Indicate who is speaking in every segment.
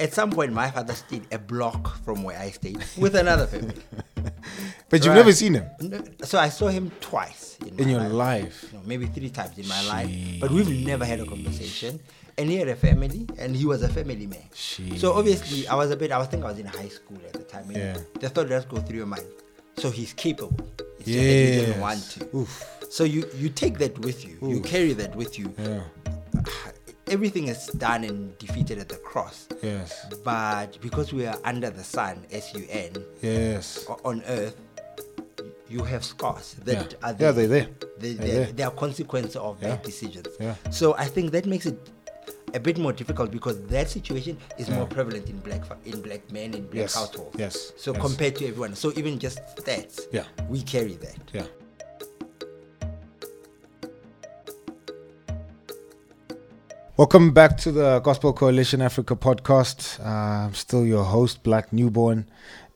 Speaker 1: At some point, my father stayed a block from where I stayed with another family.
Speaker 2: But you've
Speaker 1: Right.
Speaker 2: never seen him
Speaker 1: So I saw him twice in,
Speaker 2: in
Speaker 1: my
Speaker 2: your
Speaker 1: life.
Speaker 2: life.
Speaker 1: No, maybe three times in my life, but we've never had a conversation. And he had a family, and he was a family man. So obviously, I was a bit. I was think I was in high school at the time. And
Speaker 2: Yeah.
Speaker 1: They thought let's go through your mind. So he's capable. It's just that he
Speaker 2: Yes.
Speaker 1: didn't want to. So you you take that with you. You carry that with you.
Speaker 2: Yeah.
Speaker 1: Everything is done and defeated at the cross.
Speaker 2: Yes.
Speaker 1: But because we are under the sun, S U N,
Speaker 2: Yes.
Speaker 1: o- on earth, you have scars that
Speaker 2: Yeah.
Speaker 1: are
Speaker 2: Yeah, they're there.
Speaker 1: They,
Speaker 2: They're
Speaker 1: they,
Speaker 2: there.
Speaker 1: they are consequence of
Speaker 2: Yeah.
Speaker 1: bad decisions.
Speaker 2: Yeah.
Speaker 1: So I think that makes it a bit more difficult because that situation is more prevalent in black fa- in black men in black
Speaker 2: Yes.
Speaker 1: households.
Speaker 2: Yes.
Speaker 1: So
Speaker 2: Yes.
Speaker 1: compared to everyone, so even just stats,
Speaker 2: Yeah.
Speaker 1: we carry that.
Speaker 2: Yeah. Welcome back to the Gospel Coalition Africa podcast. Uh, I'm still your host, Black Newborn,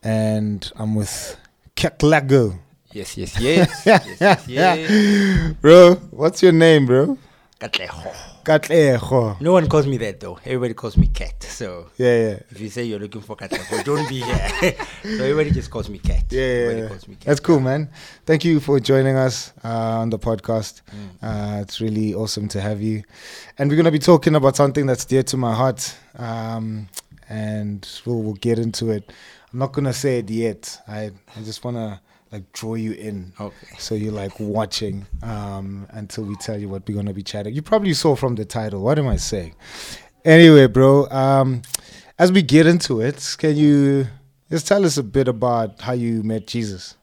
Speaker 2: and I'm with Keklago.
Speaker 1: Yes, yes, yes, yes, yes, yes.
Speaker 2: bro, what's your name, bro?
Speaker 1: Katleho.
Speaker 2: Katleho.
Speaker 1: No one calls me that though. Everybody calls me Cat. So
Speaker 2: Yeah, yeah.
Speaker 1: if you say you're looking for Katleho, don't be here. so everybody just calls me Cat.
Speaker 2: Yeah, yeah,
Speaker 1: everybody
Speaker 2: yeah.
Speaker 1: calls me Cat.
Speaker 2: that's cool, man. Thank you for joining us uh, on the podcast. Uh, it's really awesome to have you, and we're gonna be talking about something that's dear to my heart, um, and we'll, we'll get into it. I'm not gonna say it yet. I I just wanna like draw you in,
Speaker 1: Okay.
Speaker 2: so you're like watching um, until we tell you what we're gonna be chatting. You probably saw from the title. What am I saying? Anyway, bro. Um, as we get into it, can you just tell us a bit about how you met Jesus?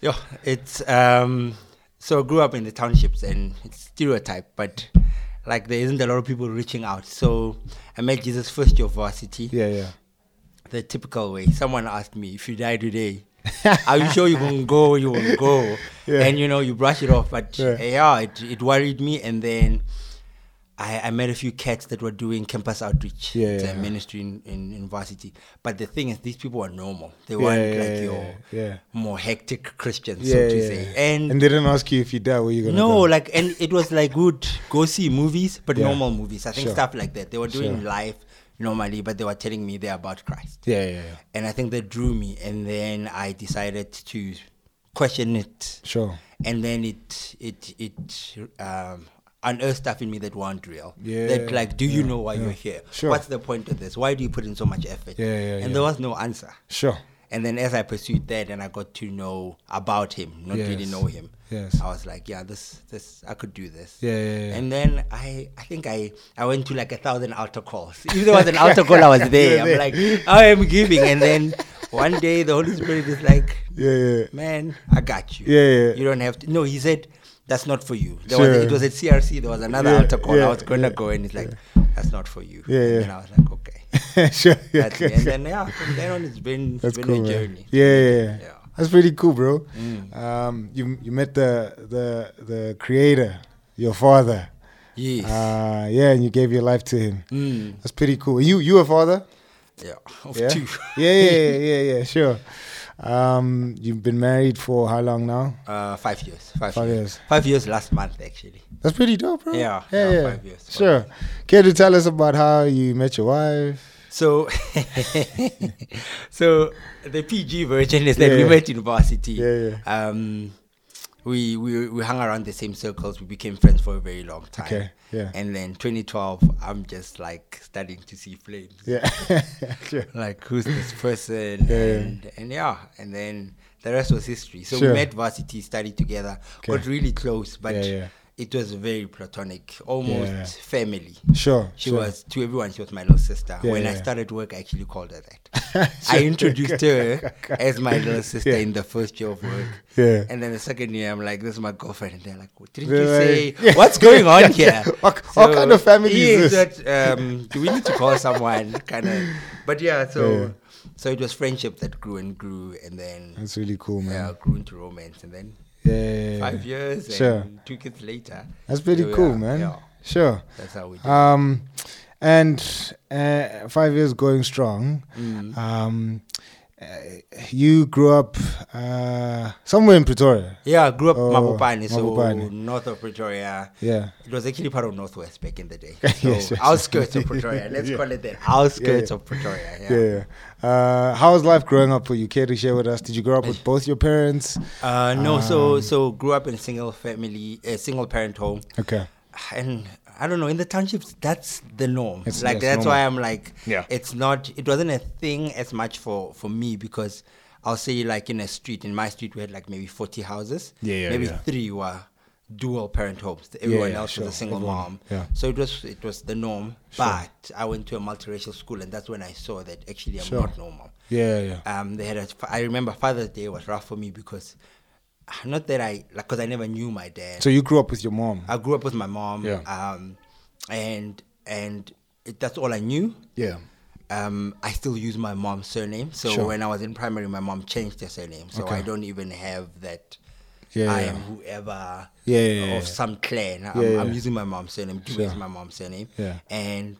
Speaker 1: Yeah, it's um, so I grew up in the townships and it's stereotype, but like there isn't a lot of people reaching out. So I met Jesus first year of varsity,
Speaker 2: Yeah, yeah.
Speaker 1: the typical way. Someone asked me, "If you die today, are you sure you can go? You will go?"
Speaker 2: Yeah.
Speaker 1: And you know, you brush it off. But
Speaker 2: Yeah.
Speaker 1: yeah, it, it worried me. And then I, I met a few cats that were doing campus outreach,
Speaker 2: Yeah,
Speaker 1: it's a
Speaker 2: yeah.
Speaker 1: ministry in, in, in varsity. But the thing is, these people are normal. They
Speaker 2: Yeah,
Speaker 1: weren't
Speaker 2: yeah,
Speaker 1: like
Speaker 2: yeah,
Speaker 1: your
Speaker 2: yeah.
Speaker 1: more hectic Christians,
Speaker 2: yeah,
Speaker 1: so to
Speaker 2: yeah.
Speaker 1: say.
Speaker 2: And, they didn't ask you if you die, where you gonna
Speaker 1: no,
Speaker 2: go?
Speaker 1: like, and it was like good go see movies, but
Speaker 2: Yeah.
Speaker 1: normal movies. I think
Speaker 2: Sure.
Speaker 1: stuff like that. They were doing
Speaker 2: Sure.
Speaker 1: life normally, but they were telling me they're about Christ.
Speaker 2: yeah, yeah, yeah.
Speaker 1: And I think that drew me. And then I decided to question it.
Speaker 2: Sure.
Speaker 1: And then it, it, it, um, unearthed stuff in me that weren't real.
Speaker 2: Yeah,
Speaker 1: That like, do you know why you're here?
Speaker 2: Sure.
Speaker 1: What's the point of this? Why do you put in so much effort?
Speaker 2: Yeah, yeah,
Speaker 1: and
Speaker 2: yeah.
Speaker 1: there was no answer.
Speaker 2: Sure.
Speaker 1: And then as I pursued that and I got to know about him, not really
Speaker 2: Yes.
Speaker 1: know him.
Speaker 2: Yes.
Speaker 1: I was like, yeah, this this I could do this.
Speaker 2: Yeah, yeah, yeah.
Speaker 1: And then I I think I I went to like a thousand altar calls. If there was an altar call, I was there.
Speaker 2: You
Speaker 1: I'm
Speaker 2: were
Speaker 1: like, I am giving. And then one day the Holy Spirit is like,
Speaker 2: Yeah, yeah.
Speaker 1: man, I got you.
Speaker 2: Yeah, yeah.
Speaker 1: You don't have to. No, he said, that's not for you. There was,
Speaker 2: Sure.
Speaker 1: it was at CRC. There was another
Speaker 2: Yeah,
Speaker 1: altar call.
Speaker 2: yeah,
Speaker 1: I was gonna
Speaker 2: yeah,
Speaker 1: go, and it's like, that's not for you.
Speaker 2: Yeah, yeah.
Speaker 1: And then I was like, okay.
Speaker 2: sure. Yeah,
Speaker 1: That's it. And then yeah, from then on, it's been it's
Speaker 2: That's
Speaker 1: been
Speaker 2: cool,
Speaker 1: a
Speaker 2: man.
Speaker 1: journey.
Speaker 2: Yeah, yeah, yeah.
Speaker 1: Yeah. Mm.
Speaker 2: That's pretty cool, bro. Um, you you met the the the creator, your father.
Speaker 1: Yes.
Speaker 2: Uh, yeah, and you gave your life to him.
Speaker 1: Mm.
Speaker 2: That's pretty cool. You you a father?
Speaker 1: yeah. Of
Speaker 2: Yeah.
Speaker 1: two.
Speaker 2: yeah, yeah, yeah, yeah, yeah, sure. Um, you've been married for how long now?
Speaker 1: Uh, five years. Five,
Speaker 2: Five
Speaker 1: years.
Speaker 2: years.
Speaker 1: Five years last month actually.
Speaker 2: That's pretty dope, bro.
Speaker 1: Yeah,
Speaker 2: yeah,
Speaker 1: yeah,
Speaker 2: yeah.
Speaker 1: five years, five
Speaker 2: sure. Care to tell us about how you met your wife?
Speaker 1: So, so the PG version is that
Speaker 2: Yeah.
Speaker 1: we met in varsity.
Speaker 2: Yeah,
Speaker 1: Um, we, we we hung around the same circles. We became friends for a very long time.
Speaker 2: Okay, yeah.
Speaker 1: And then 2012, I'm just like starting to see flames.
Speaker 2: Yeah, sure.
Speaker 1: Like who's this person?
Speaker 2: Yeah.
Speaker 1: And and yeah, and then the rest was history. So
Speaker 2: Sure.
Speaker 1: we met varsity, studied together,
Speaker 2: Okay.
Speaker 1: got really close, but
Speaker 2: Yeah, yeah.
Speaker 1: it was very platonic, almost
Speaker 2: Yeah.
Speaker 1: family.
Speaker 2: Sure.
Speaker 1: She
Speaker 2: sure.
Speaker 1: was to everyone. She was my little sister.
Speaker 2: Yeah,
Speaker 1: when I
Speaker 2: yeah.
Speaker 1: started work, I actually called her that.
Speaker 2: Sure.
Speaker 1: I introduced her as my little sister
Speaker 2: Yeah.
Speaker 1: in the first year of work.
Speaker 2: Yeah.
Speaker 1: And then the second year, I'm like, "This is my girlfriend." And they're like, "What did you
Speaker 2: They're
Speaker 1: say?
Speaker 2: like- Yeah.
Speaker 1: What's going on here?
Speaker 2: What- what kind of family
Speaker 1: yes,
Speaker 2: is
Speaker 1: That, um, do we need to call someone? Kind of. But yeah, so so it was friendship that grew and grew, and then
Speaker 2: That's really cool,
Speaker 1: yeah,
Speaker 2: man.
Speaker 1: grew into romance, and then
Speaker 2: Yeah. yeah, yeah.
Speaker 1: five years and
Speaker 2: Sure.
Speaker 1: two kids later.
Speaker 2: That's pretty
Speaker 1: here we
Speaker 2: cool,
Speaker 1: are.
Speaker 2: man.
Speaker 1: Yeah,
Speaker 2: Sure.
Speaker 1: that's how we did.
Speaker 2: Um,
Speaker 1: Mm.
Speaker 2: and uh, five years going strong. Um, uh, you grew up uh, somewhere in Pretoria.
Speaker 1: Yeah, I grew up
Speaker 2: Oh,
Speaker 1: Mabopane, so
Speaker 2: Mabopane.
Speaker 1: north of Pretoria.
Speaker 2: Yeah.
Speaker 1: It was actually part of Northwest back in the day.
Speaker 2: Yes,
Speaker 1: So
Speaker 2: yes, yes.
Speaker 1: outskirts of Pretoria. Let's call it that. Outskirts
Speaker 2: yeah.
Speaker 1: of Pretoria.
Speaker 2: Yeah. yeah. Uh, how was life growing up for you? Care to share with us? Did you grow up with both your parents?
Speaker 1: Uh, no,
Speaker 2: Um,
Speaker 1: so so grew up in a single family, a single parent home,
Speaker 2: Okay.
Speaker 1: and I don't know. In the townships, that's the norm.
Speaker 2: It's-
Speaker 1: like
Speaker 2: it's
Speaker 1: that's
Speaker 2: normal.
Speaker 1: why I'm like,
Speaker 2: Yeah.
Speaker 1: it's not. It wasn't a thing as much for for me because I'll say like in a street in my street we had like maybe 40 houses.
Speaker 2: Yeah, yeah,
Speaker 1: maybe
Speaker 2: yeah.
Speaker 1: three were dual parent homes. Everyone
Speaker 2: yeah,
Speaker 1: else
Speaker 2: sure.
Speaker 1: was a single
Speaker 2: Everyone-
Speaker 1: mom.
Speaker 2: yeah.
Speaker 1: So it was it was the norm. But I went to a multiracial school, and that's when I saw that actually I'm
Speaker 2: Sure.
Speaker 1: not normal.
Speaker 2: Yeah, yeah.
Speaker 1: Um, they had a, I remember Father's Day was rough for me because not that I like because I never knew my dad.
Speaker 2: So you grew up with your mom.
Speaker 1: I grew up with my mom.
Speaker 2: Yeah.
Speaker 1: Um, and and it, that's all I knew.
Speaker 2: Yeah.
Speaker 1: Um, I still use my mom's surname. So
Speaker 2: Sure.
Speaker 1: when I was in primary, my mom changed her surname. So
Speaker 2: Okay.
Speaker 1: I don't even have that.
Speaker 2: Yeah,
Speaker 1: I
Speaker 2: yeah.
Speaker 1: am whoever
Speaker 2: Yeah, yeah, yeah.
Speaker 1: of some clan. I'm,
Speaker 2: Yeah,
Speaker 1: I'm
Speaker 2: yeah.
Speaker 1: using my mom's surname. Do
Speaker 2: Sure.
Speaker 1: is my mom's surname.
Speaker 2: Yeah.
Speaker 1: And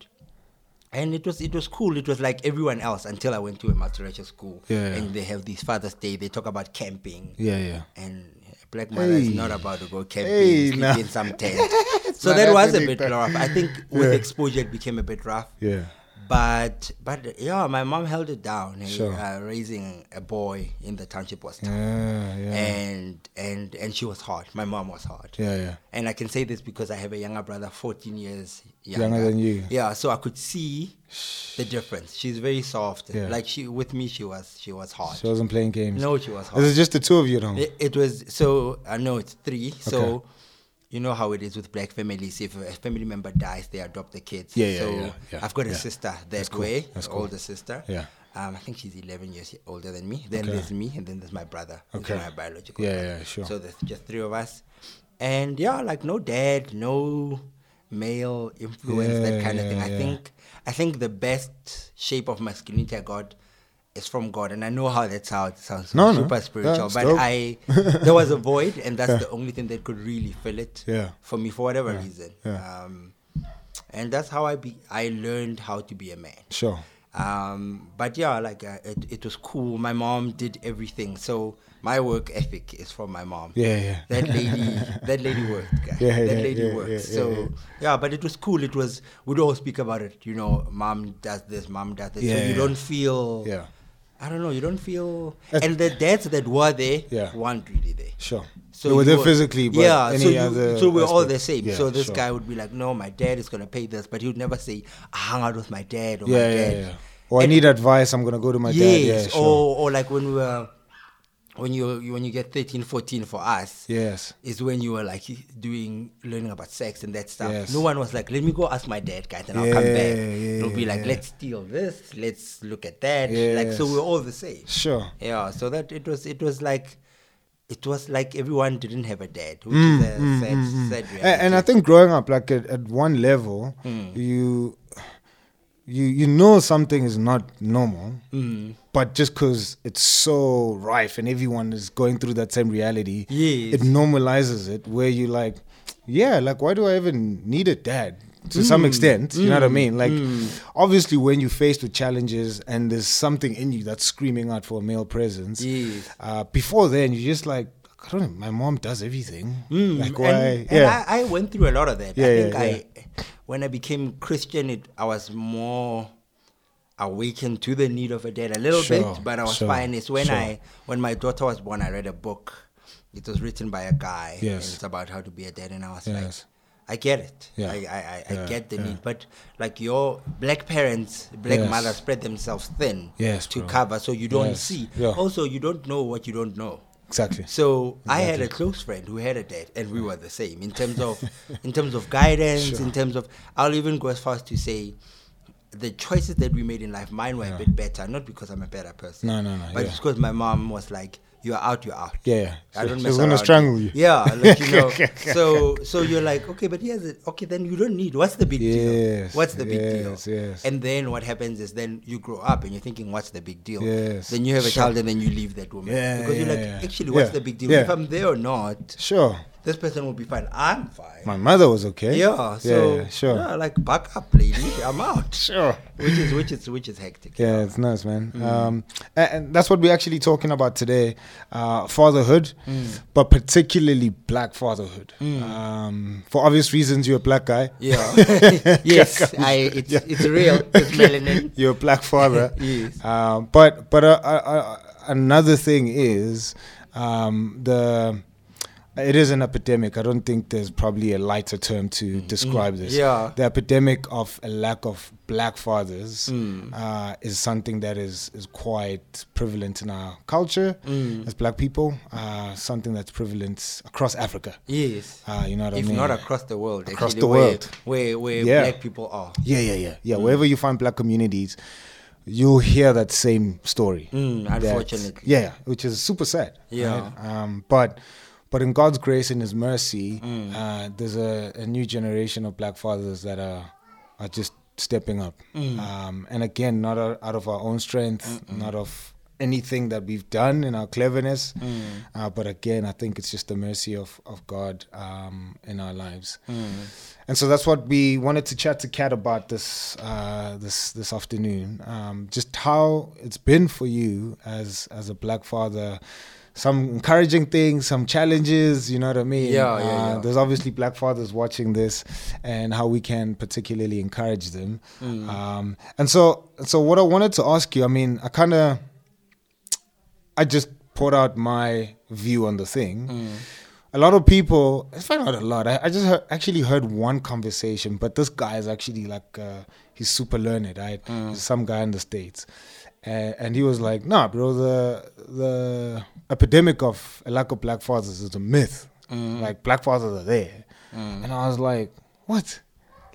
Speaker 1: and it was it was cool. It was like everyone else until I went to a multiracial school.
Speaker 2: Yeah, yeah.
Speaker 1: And they have these Father's Day. They talk about camping
Speaker 2: Yeah, yeah.
Speaker 1: and Black Mother is
Speaker 2: Hey.
Speaker 1: not about to go camping,
Speaker 2: Hey,
Speaker 1: sleep
Speaker 2: nah.
Speaker 1: in some tent. so
Speaker 2: not
Speaker 1: that was a
Speaker 2: happening,
Speaker 1: bit
Speaker 2: bro.
Speaker 1: rough. I think with
Speaker 2: Yeah.
Speaker 1: exposure it became a bit rough.
Speaker 2: Yeah.
Speaker 1: But but yeah, my mom held it down. eh,
Speaker 2: Sure.
Speaker 1: uh, raising a boy in the township was tough,
Speaker 2: Yeah,
Speaker 1: Eh.
Speaker 2: yeah.
Speaker 1: and and and she was hard. My mom was hard.
Speaker 2: Yeah, yeah.
Speaker 1: And I can say this because I have a younger brother, 14 years younger,
Speaker 2: Younger than you.
Speaker 1: Yeah, so I could see the difference. She's very soft.
Speaker 2: Yeah.
Speaker 1: Like she with me, she was she was hard.
Speaker 2: She wasn't playing games.
Speaker 1: no, she was hard.
Speaker 2: This is just the two of you at home.
Speaker 1: It, it was so I know it's three. So you know how it is with black families. If a family member dies, they adopt the kids.
Speaker 2: Yeah, yeah,
Speaker 1: so
Speaker 2: yeah, yeah,
Speaker 1: I've got a
Speaker 2: yeah.
Speaker 1: sister that
Speaker 2: cool,
Speaker 1: way,
Speaker 2: that's cool.
Speaker 1: older sister.
Speaker 2: Yeah.
Speaker 1: Um, I think she's 11 years older than me. Then
Speaker 2: Okay.
Speaker 1: there's me, and then there's my brother. who's
Speaker 2: Okay.
Speaker 1: My biological.
Speaker 2: Yeah,
Speaker 1: brother.
Speaker 2: yeah, sure.
Speaker 1: So there's just three of us, and yeah, like no dad, no male influence, that
Speaker 2: Yeah,
Speaker 1: kind of thing.
Speaker 2: yeah,
Speaker 1: I
Speaker 2: yeah.
Speaker 1: think I think the best shape of masculinity I got is from God, and I know how that sounds. Sounds
Speaker 2: No, no.
Speaker 1: super spiritual,
Speaker 2: That's
Speaker 1: but
Speaker 2: dope.
Speaker 1: I there was a void, and that's the only thing that could really fill it.
Speaker 2: Yeah.
Speaker 1: For me, for whatever reason.
Speaker 2: yeah.
Speaker 1: Um, and that's how I be. I learned how to be a man.
Speaker 2: Sure.
Speaker 1: Um, but yeah, like uh, it, it was cool. My mom did everything, so my work ethic is from my mom.
Speaker 2: Yeah, yeah.
Speaker 1: That lady, that lady worked, guy.
Speaker 2: Yeah,
Speaker 1: that
Speaker 2: yeah,
Speaker 1: lady
Speaker 2: yeah,
Speaker 1: worked.
Speaker 2: yeah, yeah,
Speaker 1: so
Speaker 2: yeah.
Speaker 1: yeah, but it was cool. It was we'd all speak about it. You know, mom does this, mom does this. so
Speaker 2: Yeah,
Speaker 1: you
Speaker 2: yeah.
Speaker 1: don't feel.
Speaker 2: Yeah.
Speaker 1: I don't know. You don't feel.
Speaker 2: That's-
Speaker 1: and the dads that were there
Speaker 2: Yeah.
Speaker 1: weren't really there.
Speaker 2: Sure.
Speaker 1: So
Speaker 2: So you were
Speaker 1: you
Speaker 2: there
Speaker 1: were-
Speaker 2: physically, but
Speaker 1: yeah,
Speaker 2: any
Speaker 1: so, you-
Speaker 2: other
Speaker 1: so we're all the
Speaker 2: aspect?
Speaker 1: same.
Speaker 2: Yeah,
Speaker 1: so this
Speaker 2: sure.
Speaker 1: guy would be like, "No, my dad is gonna pay this," but he would never say, "I hung out with my dad." Or my
Speaker 2: Yeah, yeah,
Speaker 1: dad.
Speaker 2: yeah. Or I
Speaker 1: And-
Speaker 2: need advice. I'm gonna go to my dad. Yeah,
Speaker 1: yes, oh.
Speaker 2: sure.
Speaker 1: or or like when we were, when you you- when you get 13, 14 for us,
Speaker 2: Yes.
Speaker 1: is when you were like doing learning about sex and that stuff.
Speaker 2: Yes.
Speaker 1: No one was like, "Let me go ask my dad, guys, and I'll come back."
Speaker 2: Yeah, yeah,
Speaker 1: It'll be like,
Speaker 2: yeah.
Speaker 1: "Let's steal this. Let's look at that." Like so,
Speaker 2: Yes.
Speaker 1: we're all the same.
Speaker 2: Sure.
Speaker 1: Yeah, so that it was it was like it was like everyone didn't have a dad, which
Speaker 2: Mm,
Speaker 1: is a sad, sad
Speaker 2: A-
Speaker 1: reality.
Speaker 2: And, I think growing up, like at, at one level,
Speaker 1: Hmm.
Speaker 2: you you you know something is not normal,
Speaker 1: Hmm.
Speaker 2: but just because it's so rife and everyone is going through that same reality,
Speaker 1: Yes.
Speaker 2: it normalizes it. Where you like, yeah, like why do I even need a dad? To
Speaker 1: Hmm.
Speaker 2: some extent, you know what I mean. Like, obviously, when you're faced with challenges and there's something in you that's screaming out for a male presence,
Speaker 1: Yes.
Speaker 2: uh, before then you're just like, I don't know, my mom does everything.
Speaker 1: Mm,
Speaker 2: Like
Speaker 1: and,
Speaker 2: why?
Speaker 1: and
Speaker 2: yeah.
Speaker 1: I, I went through a lot of that. I
Speaker 2: Yeah, yeah,
Speaker 1: think I, when I became Christian, it, I was more awakened to the need of a dad a little
Speaker 2: Sure,
Speaker 1: bit, but I was
Speaker 2: sure,
Speaker 1: fine. It's when
Speaker 2: sure.
Speaker 1: I, when my daughter was born, I read a book. It was written by a guy. and
Speaker 2: Yes.
Speaker 1: it's about how to be a dad, and I was
Speaker 2: Yes.
Speaker 1: like. I get it.
Speaker 2: Yeah.
Speaker 1: I, I, I, I
Speaker 2: Yeah,
Speaker 1: get the
Speaker 2: yeah.
Speaker 1: need. But like your black parents, black
Speaker 2: Yes.
Speaker 1: mothers spread themselves thin
Speaker 2: Yes,
Speaker 1: to
Speaker 2: bro.
Speaker 1: cover so you don't
Speaker 2: Yes,
Speaker 1: see.
Speaker 2: yeah.
Speaker 1: Also you don't know what you don't know.
Speaker 2: exactly.
Speaker 1: So I had a close friend who had a dad, and we were the same in terms of, in terms of guidance, in terms of. I'll even go as far as to say, the choices that we made in life, mine were a bit better, not because I'm a better person.
Speaker 2: No, no, no,
Speaker 1: But
Speaker 2: yeah.
Speaker 1: it's because my mom was like, "You're out, you're out."
Speaker 2: Yeah, yeah.
Speaker 1: I don't
Speaker 2: She- she
Speaker 1: mess
Speaker 2: was gonna
Speaker 1: around.
Speaker 2: strangle you.
Speaker 1: Yeah, like you know. so so you're like, okay, but here's it. Okay, then you don't need. What's the big deal?
Speaker 2: Yes,
Speaker 1: What's the big
Speaker 2: yes,
Speaker 1: deal?
Speaker 2: yes.
Speaker 1: And then what happens is then you grow up and you're thinking, what's the big deal?
Speaker 2: Yes,
Speaker 1: Then you have a
Speaker 2: sure.
Speaker 1: child and then you leave that woman
Speaker 2: Yeah,
Speaker 1: because you're
Speaker 2: yeah,
Speaker 1: like,
Speaker 2: yeah.
Speaker 1: actually, what's
Speaker 2: Yeah,
Speaker 1: the big deal?
Speaker 2: yeah.
Speaker 1: If I'm there or not,
Speaker 2: Sure.
Speaker 1: this person will be fine. I'm fine.
Speaker 2: My mother was okay.
Speaker 1: yeah, so
Speaker 2: yeah, sure.
Speaker 1: yeah, like back up, lady. I'm out.
Speaker 2: Sure.
Speaker 1: Which is which is which is hectic.
Speaker 2: Yeah, it's nice, man.
Speaker 1: Mm.
Speaker 2: Um, a- and, that's what we're actually talking about today uh, fatherhood,
Speaker 1: Mm.
Speaker 2: but particularly black fatherhood. Um, for obvious reasons, you're a black guy.
Speaker 1: Yeah. yes, I. It's it's real. It's melanin.
Speaker 2: You're a black father.
Speaker 1: Yes.
Speaker 2: Um, but but uh, uh, uh, another thing is um, the it is an epidemic. I don't think there's probably a lighter term to describe this.
Speaker 1: Mm. Yeah.
Speaker 2: the epidemic of a lack of black fathers
Speaker 1: Mm.
Speaker 2: uh, is something that is is quite prevalent in our culture
Speaker 1: Mm.
Speaker 2: as black people. Uh, something that's prevalent across Africa.
Speaker 1: Yes.
Speaker 2: Uh, you know what I
Speaker 1: if
Speaker 2: mean?
Speaker 1: not across the world,
Speaker 2: Across
Speaker 1: actually,
Speaker 2: the
Speaker 1: where,
Speaker 2: world.
Speaker 1: where where
Speaker 2: Yeah.
Speaker 1: black people are.
Speaker 2: yeah, yeah, yeah, yeah.
Speaker 1: Mm.
Speaker 2: Wherever you find black communities, you'll hear that same story.
Speaker 1: Mm,
Speaker 2: that-
Speaker 1: unfortunately.
Speaker 2: yeah, which is super sad.
Speaker 1: Yeah.
Speaker 2: right? Um, but but in God's grace and His mercy, uh, there's a, a new generation of black fathers that are are just stepping up. Um, and again, not out out of our own strength, not of anything that we've done in our cleverness, uh, but again, I think it's just the mercy of of God um, in our lives. And so that's what we wanted to chat to Kat about this uh, this this afternoon. Um, just how it's been for you as as a black father. Some encouraging things, some challenges. You know what I mean?
Speaker 1: Yeah, yeah,
Speaker 2: Uh,
Speaker 1: yeah.
Speaker 2: There's obviously black fathers watching this, and how we can particularly encourage them.
Speaker 1: Mm.
Speaker 2: Um, and so, so what I wanted to ask you, I mean, I kind of I just poured out my view on the thing. A lot of people, it's probably not a lot. I, I just heard, actually heard one conversation, but this guy is actually like, uh, he's super learned, right? He's some guy in the States. And, and he was like, nah, bro, the, the epidemic of a lack of black fathers is a myth. Like, black fathers are there. And I was like, what?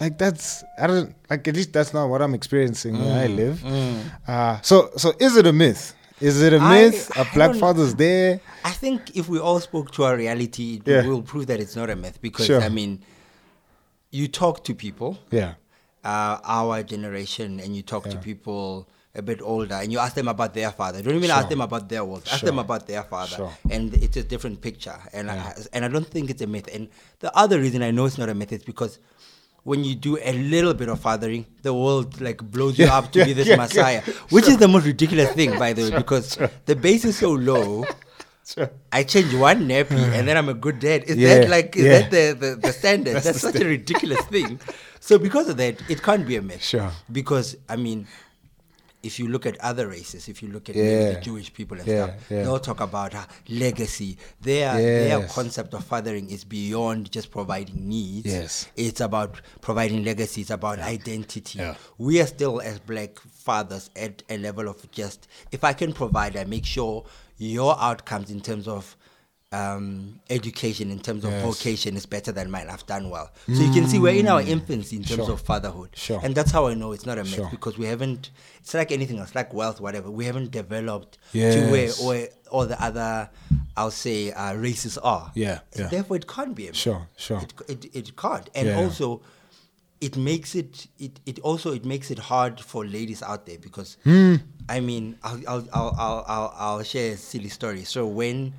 Speaker 2: like that's i don't like at least that's not what i'm experiencing where i live uh so so is it a myth is it a
Speaker 1: I-
Speaker 2: myth
Speaker 1: I
Speaker 2: are black
Speaker 1: don't-
Speaker 2: fathers there
Speaker 1: I think if we all spoke to our reality, it
Speaker 2: Yeah.
Speaker 1: will prove that it's not a myth. Because
Speaker 2: Sure.
Speaker 1: I mean, you talk to people,
Speaker 2: yeah
Speaker 1: uh, our generation, and you talk to people a bit older, and you ask them about their father. Don't even ask them about their world. Ask them
Speaker 2: Sure.
Speaker 1: about their father,
Speaker 2: Sure.
Speaker 1: and it's a different picture. And I, and I don't think it's a myth. And the other reason I know it's not a myth is because. When you do a little bit of fathering, the world like blows you
Speaker 2: Yeah,
Speaker 1: up to
Speaker 2: yeah,
Speaker 1: be this
Speaker 2: yeah, yeah.
Speaker 1: messiah, which is the most ridiculous thing, by the way, because the base is so low
Speaker 2: sure
Speaker 1: I change one nappy and then I'm a good dad. Is
Speaker 2: Yeah,
Speaker 1: that like is
Speaker 2: yeah.
Speaker 1: that the, the, the standard? That's, such a ridiculous thing. So because of that, it can't be a myth.
Speaker 2: Sure.
Speaker 1: Because I mean, if you look at other races, if you look at
Speaker 2: Yeah.
Speaker 1: maybe the Jewish people and
Speaker 2: Yeah,
Speaker 1: stuff,
Speaker 2: yeah.
Speaker 1: they'll talk about uh, legacy. Their their
Speaker 2: Yes.
Speaker 1: concept of fathering is beyond just providing needs.
Speaker 2: Yes.
Speaker 1: It's about providing legacy, it's about identity.
Speaker 2: Yeah.
Speaker 1: We are still as black fathers at a level of just if I can provide, I make sure your outcomes in terms of um, education, in terms of
Speaker 2: Yes.
Speaker 1: vocation, is better than mine. I've done well. So you can see we're in our infancy in terms
Speaker 2: Mm. Sure.
Speaker 1: of fatherhood.
Speaker 2: Sure.
Speaker 1: And that's how I know it's not a myth
Speaker 2: Sure.
Speaker 1: because we haven't, it's like anything else, like wealth, whatever. We haven't developed to where
Speaker 2: Yes.
Speaker 1: or all the other, I'll say, uh, races are.
Speaker 2: Yeah, yeah.
Speaker 1: Therefore, it can't be a myth
Speaker 2: sure sure
Speaker 1: it, it, it can't and
Speaker 2: Oh. Yeah.
Speaker 1: also it makes it, it it also it makes it hard for ladies out there because
Speaker 2: Hmm.
Speaker 1: i mean I'll, I'll I'll I'll I'll I'll share a silly story so when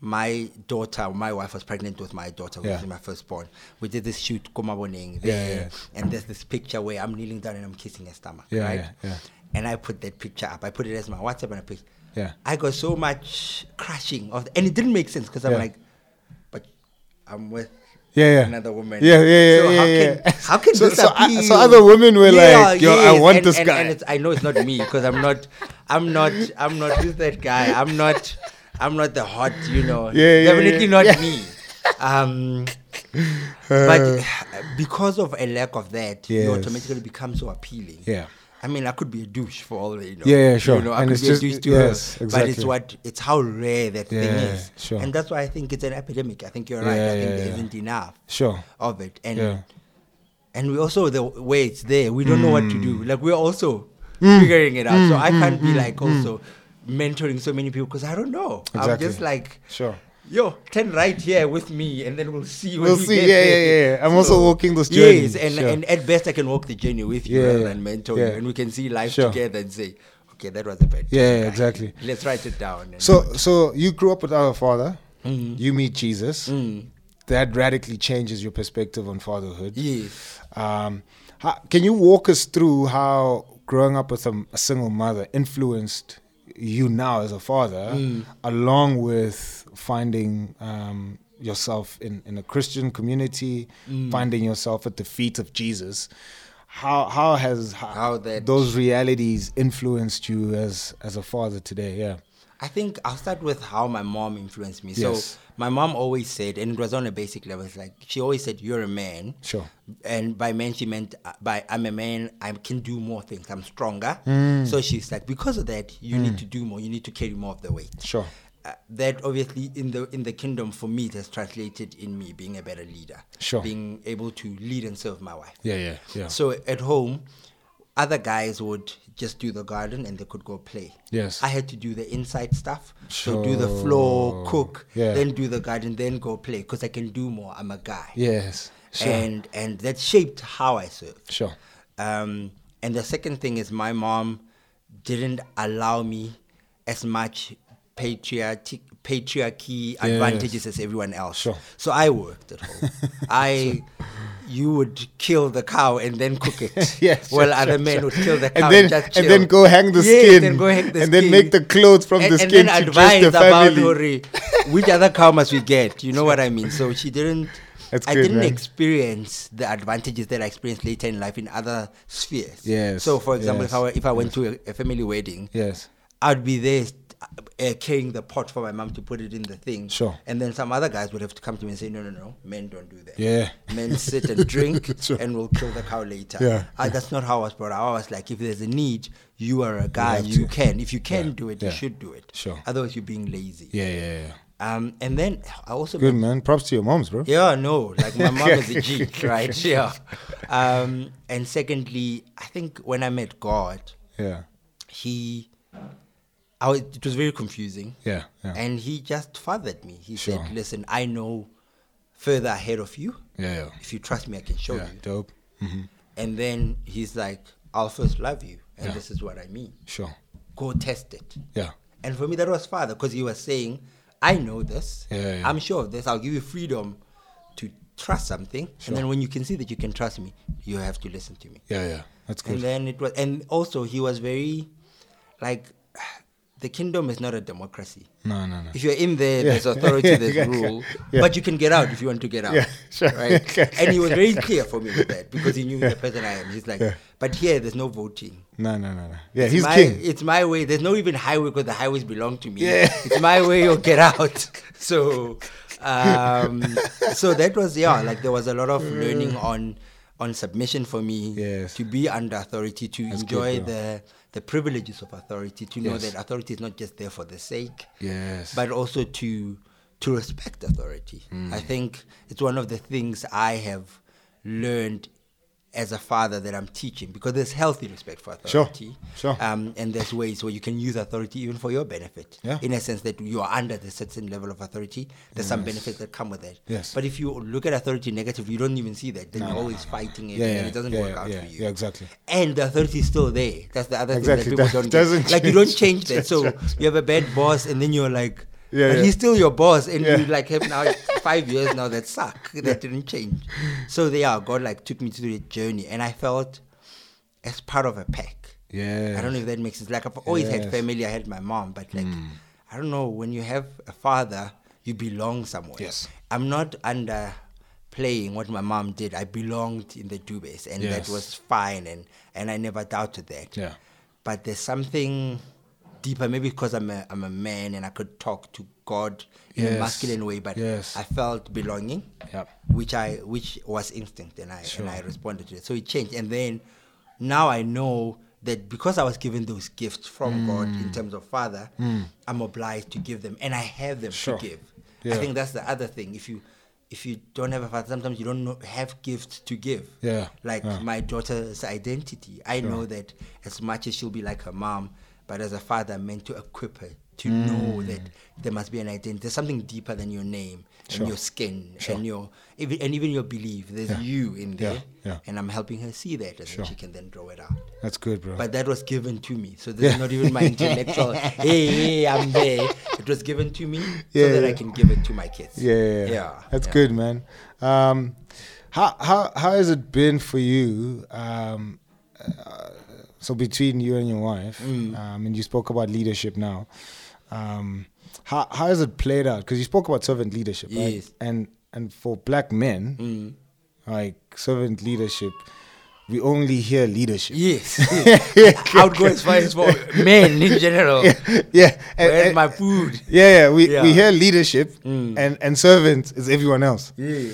Speaker 1: my daughter my wife was pregnant with my daughter which
Speaker 2: Yeah.
Speaker 1: is my firstborn we did this shoot Komaboneng
Speaker 2: Yeah,
Speaker 1: there,
Speaker 2: yeah.
Speaker 1: and there's this picture where i'm kneeling down and i'm kissing her stomach
Speaker 2: Yeah,
Speaker 1: right
Speaker 2: yeah, yeah.
Speaker 1: and i put that picture up i put it as my whatsapp and i put
Speaker 2: Yeah.
Speaker 1: i got so much crushing of and it didn't make sense because i'm
Speaker 2: Yeah.
Speaker 1: like but i'm with
Speaker 2: yeah yeah
Speaker 1: another woman.
Speaker 2: yeah yeah yeah
Speaker 1: so
Speaker 2: yeah,
Speaker 1: how
Speaker 2: yeah.
Speaker 1: Can, how can
Speaker 2: so,
Speaker 1: this
Speaker 2: so, I-
Speaker 1: appeal?
Speaker 2: so other women were
Speaker 1: Yeah,
Speaker 2: like yo i
Speaker 1: yes,
Speaker 2: want
Speaker 1: and,
Speaker 2: this
Speaker 1: and,
Speaker 2: guy
Speaker 1: And it's, I know it's not me because I'm not, I'm not, I'm not who's that guy. I'm not, I'm not the hot. You know,
Speaker 2: Yeah, yeah,
Speaker 1: definitely
Speaker 2: yeah.
Speaker 1: not
Speaker 2: Yeah. Uh.
Speaker 1: me. Um, but because of a lack of that, you
Speaker 2: Yes.
Speaker 1: automatically become so appealing.
Speaker 2: Yeah.
Speaker 1: I mean, I could be a douche for all you know.
Speaker 2: Yeah, yeah, sure.
Speaker 1: You know, I
Speaker 2: And
Speaker 1: could
Speaker 2: it's
Speaker 1: be
Speaker 2: just-
Speaker 1: a douche to her,
Speaker 2: yes,
Speaker 1: But it's
Speaker 2: exactly.
Speaker 1: what it's how rare that thing
Speaker 2: Yeah,
Speaker 1: is,
Speaker 2: sure.
Speaker 1: and that's why I think it's an epidemic. I think you're right.
Speaker 2: Yeah,
Speaker 1: I think
Speaker 2: yeah,
Speaker 1: there
Speaker 2: yeah.
Speaker 1: not enough
Speaker 2: sure
Speaker 1: of it and
Speaker 2: Yeah.
Speaker 1: and we also the way it's there we don't know what to
Speaker 2: Mm.
Speaker 1: do like we're also figuring it out so i can't be like also mentoring so many people because i don't know i'm
Speaker 2: mm. Exactly.
Speaker 1: just like
Speaker 2: sure
Speaker 1: yo turn right here with me and then we'll see when
Speaker 2: We'll
Speaker 1: we
Speaker 2: see,
Speaker 1: get
Speaker 2: yeah,
Speaker 1: there."
Speaker 2: yeah, yeah. I'm also walking this journey,
Speaker 1: yes and,
Speaker 2: sure.
Speaker 1: and at best i can walk the journey with you
Speaker 2: Yeah,
Speaker 1: rather
Speaker 2: yeah,
Speaker 1: than mentor you
Speaker 2: yeah.
Speaker 1: and we can see life
Speaker 2: Sure.
Speaker 1: together and say okay that was a bad
Speaker 2: Yeah,
Speaker 1: journey,
Speaker 2: yeah,
Speaker 1: guys.
Speaker 2: exactly.
Speaker 1: let's write it down and Mm.
Speaker 2: so so you grew up without a father you meet jesus that radically changes your perspective on fatherhood.
Speaker 1: Yes.
Speaker 2: Um, how, can you walk us through how growing up with a, a single mother influenced you now as a father,
Speaker 1: Mm.
Speaker 2: along with finding um, yourself in, in a Christian community,
Speaker 1: Mm.
Speaker 2: finding yourself at the feet of Jesus? How how has how,
Speaker 1: How that-
Speaker 2: those realities influenced you as as a father today? Yeah,
Speaker 1: I think I'll start with how my mom influenced me.
Speaker 2: Yes.
Speaker 1: So my mom always said, and it was on a basic level, it's like she always said, "You're a man."
Speaker 2: Sure.
Speaker 1: And by man, she meant uh, by I'm a man. I can do more things. I'm stronger.
Speaker 2: Mm.
Speaker 1: So she's like, because of that, you need to do more. You need to carry more of the weight.
Speaker 2: sure.
Speaker 1: Uh, that obviously in the in the kingdom for me it has translated in me being a better leader.
Speaker 2: Sure.
Speaker 1: Being able to lead and serve my wife.
Speaker 2: Yeah, yeah, yeah.
Speaker 1: So at home, other guys would just do the garden and they could go play.
Speaker 2: Yes.
Speaker 1: I had to do the inside stuff. So do the floor,
Speaker 2: Sure.
Speaker 1: cook,
Speaker 2: Yeah.
Speaker 1: then do the garden, then go play because I can do more. I'm a guy.
Speaker 2: yes, sure,
Speaker 1: And and that shaped how I served.
Speaker 2: sure.
Speaker 1: Um, and the second thing is my mom didn't allow me as much patriarchy, patriarchy advantages as everyone else.
Speaker 2: Sure.
Speaker 1: So I worked at home. I, you would kill the cow and then cook it.
Speaker 2: Yes,
Speaker 1: Well,
Speaker 2: sure,
Speaker 1: other
Speaker 2: sure,
Speaker 1: men
Speaker 2: sure.
Speaker 1: would kill the cow
Speaker 2: and then
Speaker 1: just
Speaker 2: and then
Speaker 1: chill.
Speaker 2: go hang the
Speaker 1: Yes,
Speaker 2: skin,
Speaker 1: then go hang the
Speaker 2: and
Speaker 1: skin.
Speaker 2: then make the clothes from
Speaker 1: and,
Speaker 2: the
Speaker 1: and
Speaker 2: skin
Speaker 1: then
Speaker 2: to dress
Speaker 1: advise
Speaker 2: the
Speaker 1: about
Speaker 2: family.
Speaker 1: Hori, which other cow must we get? You know what I mean? So she didn't.
Speaker 2: That's
Speaker 1: I
Speaker 2: good,
Speaker 1: didn't
Speaker 2: man.
Speaker 1: experience the advantages that I experienced later in life in other spheres.
Speaker 2: Yes,
Speaker 1: So, for example, if I
Speaker 2: yes,
Speaker 1: were, if I went to a, a family wedding,
Speaker 2: Yes,
Speaker 1: I'd be there uh, carrying the pot for my mom to put it in the thing.
Speaker 2: Sure.
Speaker 1: And then some other guys would have to come to me and say, no, no, no, men don't do that.
Speaker 2: Yeah.
Speaker 1: Men sit and drink
Speaker 2: Sure.
Speaker 1: and we'll kill the cow later.
Speaker 2: Yeah,
Speaker 1: Uh, That's not how I was brought up. I was like, if there's a need, you are a guy,
Speaker 2: have
Speaker 1: you,
Speaker 2: to.
Speaker 1: can. If you can
Speaker 2: Yeah,
Speaker 1: do it,
Speaker 2: yeah.
Speaker 1: you should do it.
Speaker 2: Sure.
Speaker 1: Otherwise, you're being lazy.
Speaker 2: yeah, yeah, yeah.
Speaker 1: Um, and then I also
Speaker 2: Good man. Props to your moms, bro.
Speaker 1: yeah, no, like my mom is a G, right? Yeah. Um, and secondly, I think when I met God,
Speaker 2: Yeah,
Speaker 1: he, I was, it was very confusing.
Speaker 2: yeah, yeah.
Speaker 1: And he just fathered me. He
Speaker 2: Sure.
Speaker 1: said, "Listen, I know further ahead of you.
Speaker 2: Yeah, yeah.
Speaker 1: If you trust me, I can show
Speaker 2: yeah.
Speaker 1: you."
Speaker 2: Dope. hmm
Speaker 1: And then he's like, "I'll first love you, and
Speaker 2: Yeah.
Speaker 1: this is what I mean.
Speaker 2: Sure.
Speaker 1: Go test it."
Speaker 2: Yeah.
Speaker 1: And for me, that was father because he was saying, I know this.
Speaker 2: Yeah, yeah.
Speaker 1: I'm sure of this. I'll give you freedom to trust something.
Speaker 2: Sure.
Speaker 1: And then when you can see that you can trust me, you have to listen to me.
Speaker 2: Yeah, yeah. That's
Speaker 1: And
Speaker 2: good.
Speaker 1: then it was, and also he was very like, the kingdom is not a democracy.
Speaker 2: No, no, no.
Speaker 1: If you're in there,
Speaker 2: Yeah.
Speaker 1: there's authority, there's
Speaker 2: Yeah.
Speaker 1: rule,
Speaker 2: Yeah.
Speaker 1: but you can get out if you want to get out.
Speaker 2: Yeah, sure.
Speaker 1: Right? and he was very clear for me with that because he knew the person I am. He's like,
Speaker 2: Yeah.
Speaker 1: but here, there's no voting.
Speaker 2: No, no, no, no. Yeah,
Speaker 1: It's
Speaker 2: he's
Speaker 1: my,
Speaker 2: king.
Speaker 1: It's my way. There's no even highway because the highways belong to me.
Speaker 2: Yeah.
Speaker 1: It's my way or get out. So, um, so that was yeah. Like there was a lot of learning on on submission for me.
Speaker 2: Yes.
Speaker 1: To be under authority, to
Speaker 2: That's good,
Speaker 1: enjoy
Speaker 2: bro.
Speaker 1: the the privileges of authority, to know
Speaker 2: Yes.
Speaker 1: that authority is not just there for the sake,
Speaker 2: Yes. Hmm.
Speaker 1: but also to to respect authority. I think it's one of the things I have learned as a father that I'm teaching because there's healthy respect for
Speaker 2: Sure,
Speaker 1: authority.
Speaker 2: sure.
Speaker 1: Um, and there's ways where you can use authority even for your benefit.
Speaker 2: Yeah.
Speaker 1: In a sense that you are under the certain level of authority. There's some benefits that come with it.
Speaker 2: Yes.
Speaker 1: But if you look at authority negative, you don't even see that. Then you're always fighting it
Speaker 2: Yeah,
Speaker 1: and
Speaker 2: yeah,
Speaker 1: it doesn't
Speaker 2: yeah,
Speaker 1: work out
Speaker 2: yeah,
Speaker 1: for you.
Speaker 2: yeah, exactly.
Speaker 1: And the authority is still there. That's the other
Speaker 2: Exactly,
Speaker 1: thing that people
Speaker 2: that
Speaker 1: don't
Speaker 2: doesn't
Speaker 1: get. Like you don't change
Speaker 2: change.
Speaker 1: that. So you have a bad boss and then you're like
Speaker 2: Yeah,
Speaker 1: but
Speaker 2: yeah.
Speaker 1: he's still your boss and
Speaker 2: Yeah.
Speaker 1: you like have now five years now that suck that didn't change so they are god like took me through the journey and i felt as part of a pack
Speaker 2: yeah.
Speaker 1: i don't know if that makes sense like i've always
Speaker 2: Yes. Hmm.
Speaker 1: had family i had my mom but like i don't know when you have a father you belong somewhere
Speaker 2: Yes.
Speaker 1: i'm not under playing what my mom did i belonged in the dubes and
Speaker 2: Yes.
Speaker 1: that was fine and and i never doubted that
Speaker 2: Yeah.
Speaker 1: but there's something deeper maybe because i'm a, I'm a man and i could talk to god in
Speaker 2: Yes.
Speaker 1: a masculine way but
Speaker 2: Yes.
Speaker 1: i felt belonging
Speaker 2: Yep.
Speaker 1: which i which was instinct and i
Speaker 2: Sure.
Speaker 1: and i responded to it so it changed and then now i know that because i was given those gifts from
Speaker 2: Hmm.
Speaker 1: god in terms of father i'm obliged to give them and i have them
Speaker 2: Sure.
Speaker 1: to give
Speaker 2: Yeah.
Speaker 1: i think that's the other thing if you if you don't have a father sometimes you don't know, have gifts to give
Speaker 2: Yeah,
Speaker 1: like
Speaker 2: yeah.
Speaker 1: my daughter's identity. I know that as much as she'll be like her mom, but as a father, I'm meant to equip her to
Speaker 2: Mm.
Speaker 1: know that there must be an identity. There's something deeper than your name and
Speaker 2: Sure.
Speaker 1: your skin
Speaker 2: Sure.
Speaker 1: and your even, and even your belief. There's
Speaker 2: Yeah.
Speaker 1: you in
Speaker 2: Yeah.
Speaker 1: there,
Speaker 2: Yeah.
Speaker 1: and I'm helping her see that, and
Speaker 2: Sure.
Speaker 1: then she can then draw it out.
Speaker 2: That's good, bro.
Speaker 1: But that was given to me, so this is not even my intellectual. hey, hey, I'm there. It was given to me
Speaker 2: Yeah,
Speaker 1: so that
Speaker 2: yeah.
Speaker 1: I can give it to my kids.
Speaker 2: yeah, yeah, yeah.
Speaker 1: Yeah,
Speaker 2: That's
Speaker 1: yeah.
Speaker 2: good, man. Um, how how how has it been for you? Um, uh, so between you and your wife,
Speaker 1: Mm.
Speaker 2: um, and you spoke about leadership now. Um, how how has it played out? Because you spoke about servant leadership, right?
Speaker 1: Yes. Mm.
Speaker 2: And and for black men, like servant leadership, we only hear leadership.
Speaker 1: Yes. yes. I would go as far as for men in general.
Speaker 2: yeah. and-
Speaker 1: Where's
Speaker 2: and-
Speaker 1: my food?
Speaker 2: yeah, yeah, we, we
Speaker 1: Yeah. Mm.
Speaker 2: hear leadership and, and servant is everyone else.
Speaker 1: Yeah.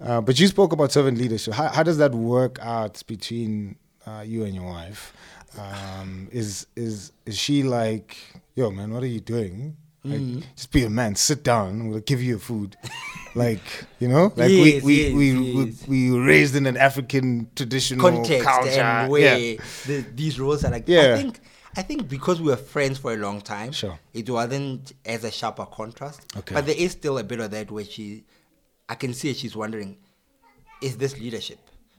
Speaker 2: Uh, but you spoke about servant leadership. How, how does that work out between uh, you and your wife? Um, is is is she like, yo, man, what are you doing? Like,
Speaker 1: Mm-hmm.
Speaker 2: Just be a man. Sit down. We'll give you your food. like you know, like
Speaker 1: Yes,
Speaker 2: we, we,
Speaker 1: yes,
Speaker 2: we,
Speaker 1: yes.
Speaker 2: we we were raised in an African traditional
Speaker 1: Context
Speaker 2: culture.
Speaker 1: and
Speaker 2: Yeah.
Speaker 1: where the, these roles are like.
Speaker 2: Yeah.
Speaker 1: I think I think because we were friends for a long time,
Speaker 2: Sure.
Speaker 1: it wasn't as a sharper contrast.
Speaker 2: Okay.
Speaker 1: But there is still a bit of that where she, I can see she's wondering, is this leadership?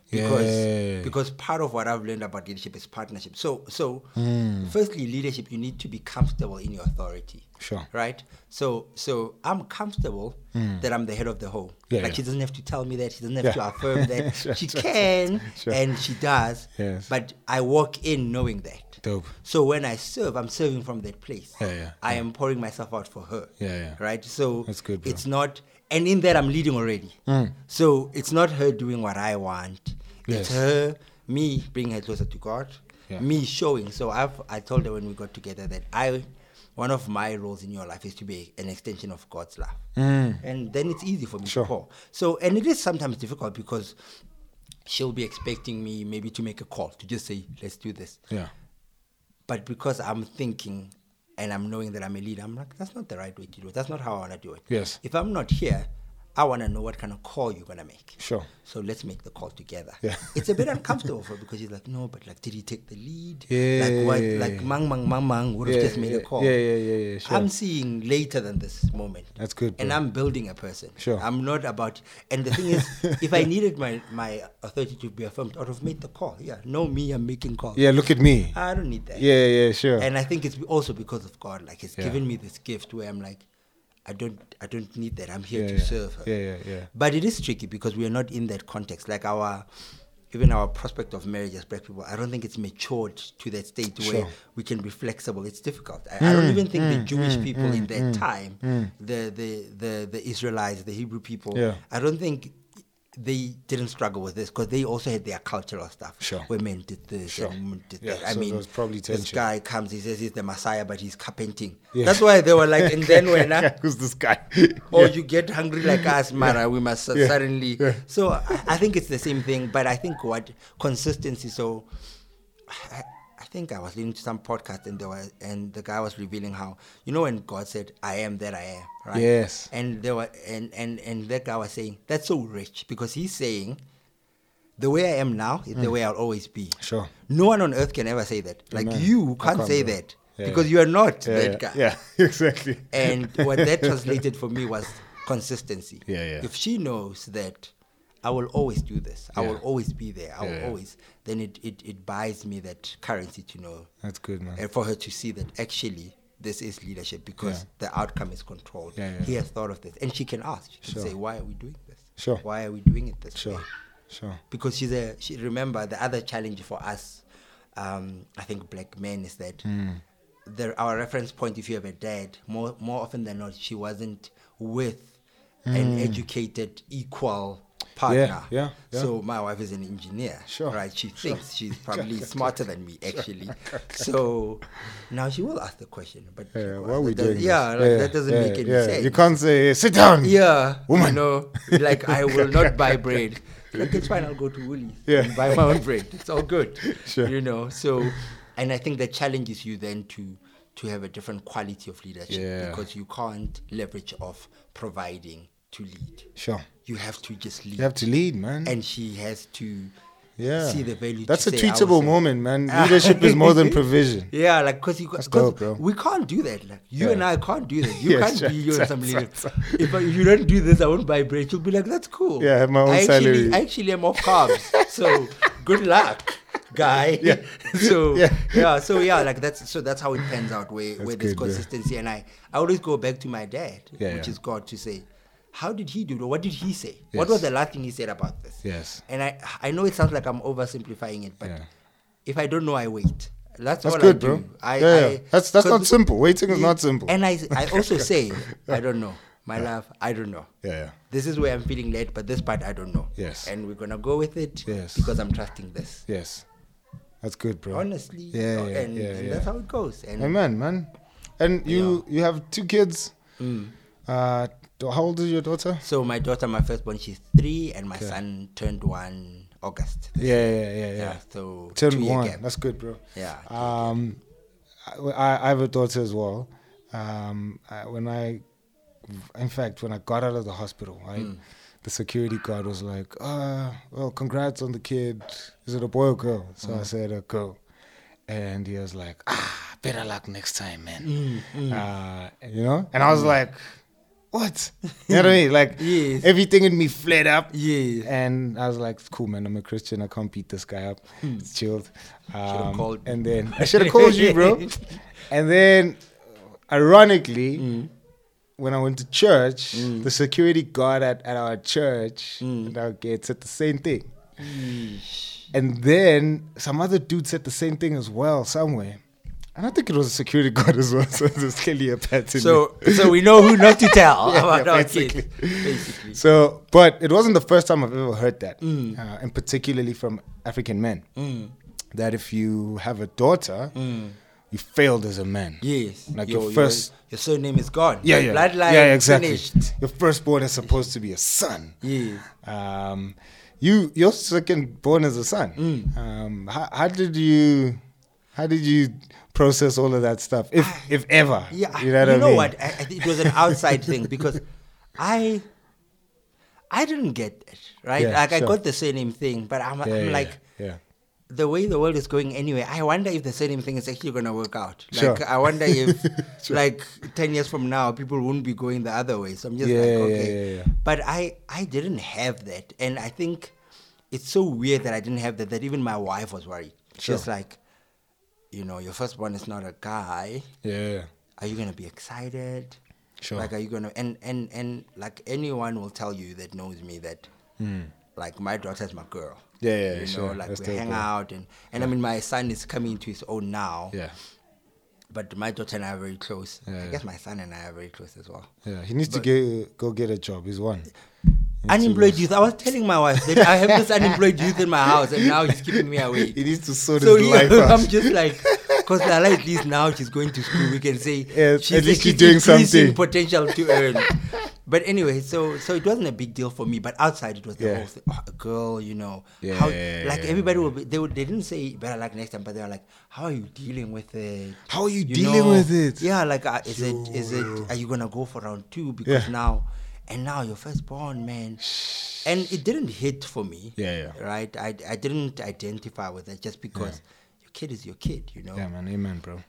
Speaker 1: Because
Speaker 2: Yeah.
Speaker 1: because part of what I've learned about leadership is partnership. So so
Speaker 2: Hmm.
Speaker 1: firstly, leadership you need to be comfortable in your authority.
Speaker 2: Sure. Hmm.
Speaker 1: Right. So so I'm comfortable that I'm the head of the whole.
Speaker 2: Yeah,
Speaker 1: like
Speaker 2: yeah.
Speaker 1: she doesn't have to tell me that. She doesn't have
Speaker 2: Yeah.
Speaker 1: to affirm that.
Speaker 2: Sure,
Speaker 1: she
Speaker 2: sure, sure.
Speaker 1: can
Speaker 2: Sure.
Speaker 1: and she does.
Speaker 2: Yes.
Speaker 1: But I walk in knowing that.
Speaker 2: Dope.
Speaker 1: So when I serve, I'm serving from that place.
Speaker 2: Yeah, yeah,
Speaker 1: I am pouring myself out for her.
Speaker 2: Yeah, yeah.
Speaker 1: Right. So
Speaker 2: That's good, bro. Mm.
Speaker 1: It's not, and in that I'm leading already. So it's not her doing what I want.
Speaker 2: Yes.
Speaker 1: It's her, me bringing her closer to God.
Speaker 2: Yeah.
Speaker 1: Me showing. So I've I told her when we got together that I. One of my roles in your life is to be an extension of God's love, and then it's easy for me
Speaker 2: Mm. Sure.
Speaker 1: to pour. So, and it is sometimes difficult because she'll be expecting me maybe to make a call to just say, "Let's do this."
Speaker 2: Yeah.
Speaker 1: But because I'm thinking and I'm knowing that I'm a leader, I'm like, that's not the right way to do it. That's not how I want to do it.
Speaker 2: Yes.
Speaker 1: If I'm not here, I want to know what kind of call you're going to make.
Speaker 2: Sure.
Speaker 1: So let's make the call together.
Speaker 2: Yeah.
Speaker 1: It's a bit uncomfortable for her because she's like, no, but like, did he take the lead? Like, what?
Speaker 2: Yeah.
Speaker 1: Like, mang, mang, mang, mang would have
Speaker 2: Yeah,
Speaker 1: just made a
Speaker 2: yeah,
Speaker 1: call.
Speaker 2: yeah, yeah, yeah, yeah, sure.
Speaker 1: I'm seeing later than this moment.
Speaker 2: That's good,
Speaker 1: And
Speaker 2: bro.
Speaker 1: I'm building a person.
Speaker 2: Sure.
Speaker 1: I'm not about, and the thing is, if I needed my, my authority to be affirmed, I would have made the call. Yeah. No, me, I'm making calls.
Speaker 2: Yeah. Look at me.
Speaker 1: I don't need that.
Speaker 2: Yeah. Yeah. Sure.
Speaker 1: Uh, And I think it's also because of God. Like He's
Speaker 2: Yeah.
Speaker 1: given me this gift where I'm like, I don't, I don't need that. I'm here
Speaker 2: Yeah,
Speaker 1: to
Speaker 2: yeah.
Speaker 1: serve her.
Speaker 2: Yeah, yeah, yeah.
Speaker 1: But it is tricky because we are not in that context. Like our, even our prospect of marriage as black people, I don't think it's matured to that state
Speaker 2: Sure. Mm,
Speaker 1: where we can be flexible. It's difficult. I, I don't even think the Jewish people in that time, the, the the the Israelites, the Hebrew people,
Speaker 2: Yeah.
Speaker 1: I don't think. They didn't struggle with this because they also had their cultural stuff.
Speaker 2: Sure.
Speaker 1: Women did this,
Speaker 2: Sure.
Speaker 1: and women did
Speaker 2: Yeah,
Speaker 1: that. I
Speaker 2: so
Speaker 1: mean,
Speaker 2: there was probably
Speaker 1: this
Speaker 2: tension.
Speaker 1: guy comes, he says he's the Messiah, but he's carpenting.
Speaker 2: Yeah.
Speaker 1: That's why they were like, and then when, uh,
Speaker 2: who's this guy?
Speaker 1: or
Speaker 2: Yeah.
Speaker 1: you get hungry like us, Mara, we must
Speaker 2: Yeah.
Speaker 1: suddenly.
Speaker 2: Yeah.
Speaker 1: So I, I think it's the same thing, but I think what consistency. So I, I think I was listening to some podcast and there was and the guy was revealing how you know when God said, "I am that I am," right?
Speaker 2: Yes.
Speaker 1: And there were and and and that guy was saying that's so rich because he's saying. The way I am now is the way I'll always be.
Speaker 2: Mm. Sure.
Speaker 1: No one on earth can ever say that. Like
Speaker 2: Amen.
Speaker 1: you
Speaker 2: I
Speaker 1: can't
Speaker 2: can't
Speaker 1: say
Speaker 2: do it.
Speaker 1: that
Speaker 2: Yeah,
Speaker 1: because
Speaker 2: yeah.
Speaker 1: you are not
Speaker 2: yeah,
Speaker 1: that
Speaker 2: yeah,
Speaker 1: guy.
Speaker 2: yeah, exactly.
Speaker 1: And what that translated for me was consistency.
Speaker 2: Yeah, yeah.
Speaker 1: If she knows that I will always do this, I will
Speaker 2: Yeah.
Speaker 1: always be there, I
Speaker 2: Yeah,
Speaker 1: will
Speaker 2: yeah.
Speaker 1: always, then it, it, it buys me that currency to know
Speaker 2: That's good, man.
Speaker 1: and for her to see that actually this is leadership because the outcome is controlled.
Speaker 2: Yeah, yeah.
Speaker 1: He has thought of this. And she can ask, she can
Speaker 2: Sure.
Speaker 1: say, why are we doing this?
Speaker 2: Sure.
Speaker 1: Why are we doing it this
Speaker 2: Sure,
Speaker 1: way?
Speaker 2: sure.
Speaker 1: because she's a she remember the other challenge for us um i think black men is that
Speaker 2: Hmm.
Speaker 1: there our reference point if you have a dad more more often than not she wasn't with an educated equal partner
Speaker 2: Hmm. yeah, yeah.
Speaker 1: so my wife is an engineer
Speaker 2: Sure,
Speaker 1: right she thinks she's probably smarter than me actually so now she will ask the question but
Speaker 2: Yeah,
Speaker 1: well,
Speaker 2: why Uh, are we
Speaker 1: that
Speaker 2: doing
Speaker 1: does-
Speaker 2: this?
Speaker 1: yeah, like, that doesn't
Speaker 2: yeah,
Speaker 1: make any
Speaker 2: yeah.
Speaker 1: sense
Speaker 2: You can't say sit down.
Speaker 1: yeah,
Speaker 2: Woman.
Speaker 1: You know, like I will not buy bread. Like it's fine, I'll go to Woolies
Speaker 2: Yeah.
Speaker 1: and buy my own bread. It's all good.
Speaker 2: Sure.
Speaker 1: You know, so and I think that challenges you then to to have a different quality of leadership
Speaker 2: Yeah.
Speaker 1: because you can't leverage off providing to lead.
Speaker 2: Sure.
Speaker 1: You have to just lead.
Speaker 2: You have to lead, man.
Speaker 1: and she has to
Speaker 2: Yeah.
Speaker 1: see the value.
Speaker 2: That's a
Speaker 1: to say, I would
Speaker 2: tweetable
Speaker 1: say.
Speaker 2: moment, man. Leadership is more than provision.
Speaker 1: Yeah, like because you
Speaker 2: That's
Speaker 1: cause
Speaker 2: dope, bro.
Speaker 1: we can't do that. Like you
Speaker 2: Yeah.
Speaker 1: and I can't do that. You
Speaker 2: Yeah,
Speaker 1: can't
Speaker 2: sure,
Speaker 1: be you
Speaker 2: sure,
Speaker 1: and some
Speaker 2: sure,
Speaker 1: leader. If, I, if you don't do this, I won't buy bread. You'll be like, that's cool.
Speaker 2: Yeah, I have my own
Speaker 1: I
Speaker 2: salary.
Speaker 1: Actually, I actually am off carbs, so good luck, guy.
Speaker 2: Yeah.
Speaker 1: so
Speaker 2: Yeah.
Speaker 1: yeah. so yeah, like that's so that's how it pans out. Where where there's
Speaker 2: good, bro.
Speaker 1: consistency, and I I always go back to my dad,
Speaker 2: Yeah,
Speaker 1: which
Speaker 2: yeah.
Speaker 1: is God, to say. How did he do it? or What did he say? What was the
Speaker 2: Yes.
Speaker 1: last thing he said about this?
Speaker 2: Yes.
Speaker 1: And I, I know it sounds like I'm oversimplifying it, but
Speaker 2: Yeah.
Speaker 1: if I don't know, I wait. That's
Speaker 2: That's
Speaker 1: all I
Speaker 2: good,
Speaker 1: do.
Speaker 2: bro.
Speaker 1: I,
Speaker 2: yeah, yeah.
Speaker 1: I-
Speaker 2: that's that's not
Speaker 1: because-
Speaker 2: simple. Waiting is
Speaker 1: Yeah.
Speaker 2: not simple.
Speaker 1: And I, I also say, I don't know, my love, I don't know.
Speaker 2: yeah, yeah.
Speaker 1: This is where I'm feeling led, but this part I don't know.
Speaker 2: Yes.
Speaker 1: And we're gonna go with it.
Speaker 2: Yes.
Speaker 1: Because I'm trusting this.
Speaker 2: Yes, that's good, bro.
Speaker 1: Honestly.
Speaker 2: Yeah, yeah,
Speaker 1: and,
Speaker 2: yeah,
Speaker 1: and
Speaker 2: yeah.
Speaker 1: that's how it goes. And
Speaker 2: Amen, man. And you you have two kids.
Speaker 1: Mm.
Speaker 2: Uh, do- how old is your daughter?
Speaker 1: so my daughter, my firstborn, she's three, and my son turned one August.
Speaker 2: Yeah, yeah, yeah, yeah.
Speaker 1: so
Speaker 2: Turn
Speaker 1: two-year
Speaker 2: one.
Speaker 1: gap.
Speaker 2: That's good, bro.
Speaker 1: Yeah, two-year
Speaker 2: Um, I, I- I have a daughter as well. Um, I, when I, in fact, when I got out of the hospital, right,
Speaker 1: Hmm.
Speaker 2: the security guard was like, "Ah, well, congrats on the kid. Is it a boy or girl?" So
Speaker 1: Hmm.
Speaker 2: I said, "A girl," and he was like, "Ah, better luck next time, man."
Speaker 1: Hmm,
Speaker 2: Uh, you know, and I was like. What? You know what I mean? Like
Speaker 1: Yes.
Speaker 2: everything in me flared up.
Speaker 1: Yes.
Speaker 2: And I was like, it's cool, man. I'm a Christian. I can't beat this guy up. It's chilled. Um,
Speaker 1: Hmm. called me.
Speaker 2: And then I should have called you, bro. And then, ironically,
Speaker 1: Hmm.
Speaker 2: when I went to church, the security guard at, at our church
Speaker 1: Hmm.
Speaker 2: and our gate said the same thing.
Speaker 1: Mm. Yeesh.
Speaker 2: And then some other dude said the same thing as well somewhere. And I think it was a security guard as well. So there's clearly a pattern.
Speaker 1: So so we know who not to tell
Speaker 2: Yeah,
Speaker 1: about
Speaker 2: yeah,
Speaker 1: our
Speaker 2: basically.
Speaker 1: kids. Basically.
Speaker 2: So, but it wasn't the first time I've ever heard that,
Speaker 1: Hmm.
Speaker 2: uh, and particularly from African men, that if you have a daughter,
Speaker 1: Mm.
Speaker 2: you failed as a man.
Speaker 1: Yes.
Speaker 2: Like your first-
Speaker 1: Your, surname is gone.
Speaker 2: Yeah,
Speaker 1: Your
Speaker 2: yeah,
Speaker 1: Bloodline
Speaker 2: yeah, yeah, exactly.
Speaker 1: finished.
Speaker 2: Your firstborn is supposed to be a son.
Speaker 1: Yes.
Speaker 2: Um, you your second born is a son.
Speaker 1: Mm.
Speaker 2: Um, how, how did you, how did you process all of that stuff, if if ever?
Speaker 1: Ah, Yeah.
Speaker 2: you know what I mean?
Speaker 1: what? I, I think it was an outside thing because I I didn't get it, right?
Speaker 2: Yeah,
Speaker 1: like I
Speaker 2: sure.
Speaker 1: got the surname thing, but I'm,
Speaker 2: Yeah,
Speaker 1: I'm
Speaker 2: yeah,
Speaker 1: like,
Speaker 2: yeah.
Speaker 1: the way the world is going anyway, I wonder if the same thing is actually going to work out. Like,
Speaker 2: Sure.
Speaker 1: I wonder if, like, 10 years from now, people won't be going the other way. So I'm just
Speaker 2: Yeah,
Speaker 1: like,
Speaker 2: yeah,
Speaker 1: okay.
Speaker 2: yeah, yeah.
Speaker 1: But I, I didn't have that. And I think it's so weird that I didn't have that, that even my wife was worried.
Speaker 2: Sure.
Speaker 1: She's like, you know, your firstborn is not a guy.
Speaker 2: yeah, yeah.
Speaker 1: Are you going to be excited?
Speaker 2: Sure.
Speaker 1: Like, are you going to, and, and, and, like, anyone will tell you that knows me that, like, my daughter's my girl
Speaker 2: Hmm. Yeah, yeah,
Speaker 1: you
Speaker 2: sure.
Speaker 1: know, like
Speaker 2: That's
Speaker 1: we
Speaker 2: dope,
Speaker 1: hang
Speaker 2: bro.
Speaker 1: out and and I mean my son is coming into his own now.
Speaker 2: Yeah,
Speaker 1: But my daughter and I are very close.
Speaker 2: Yeah,
Speaker 1: I
Speaker 2: yeah.
Speaker 1: guess my son and I are very close as well.
Speaker 2: yeah. He needs to get, go get a job. He's one.
Speaker 1: Unemployed youth. I was telling my wife that I have this unemployed youth in my house and now he's keeping me away.
Speaker 2: He needs to sort
Speaker 1: So
Speaker 2: his
Speaker 1: you
Speaker 2: life
Speaker 1: know,
Speaker 2: out.
Speaker 1: I'm just like, because at least now she's going to school. We can say
Speaker 2: Yes,
Speaker 1: she's
Speaker 2: at least
Speaker 1: actually
Speaker 2: she's doing
Speaker 1: increasing
Speaker 2: something.
Speaker 1: potential to earn. but anyway, so so it wasn't a big deal for me. But outside, it was the
Speaker 2: Yeah.
Speaker 1: whole thing. Oh, a girl, you know,
Speaker 2: Yeah,
Speaker 1: how
Speaker 2: yeah,
Speaker 1: like
Speaker 2: yeah,
Speaker 1: everybody will be. They would, they didn't say better luck next time, but they were like, how are you dealing with it?
Speaker 2: How are you dealing with it?
Speaker 1: Yeah, like uh, is it is it are you gonna go for round two because
Speaker 2: Yeah.
Speaker 1: now and now you're firstborn, man. And it didn't hit for me
Speaker 2: Yeah, yeah.
Speaker 1: right? I, I didn't identify with it just because your kid is your kid, you know.
Speaker 2: Yeah, man. Amen, bro.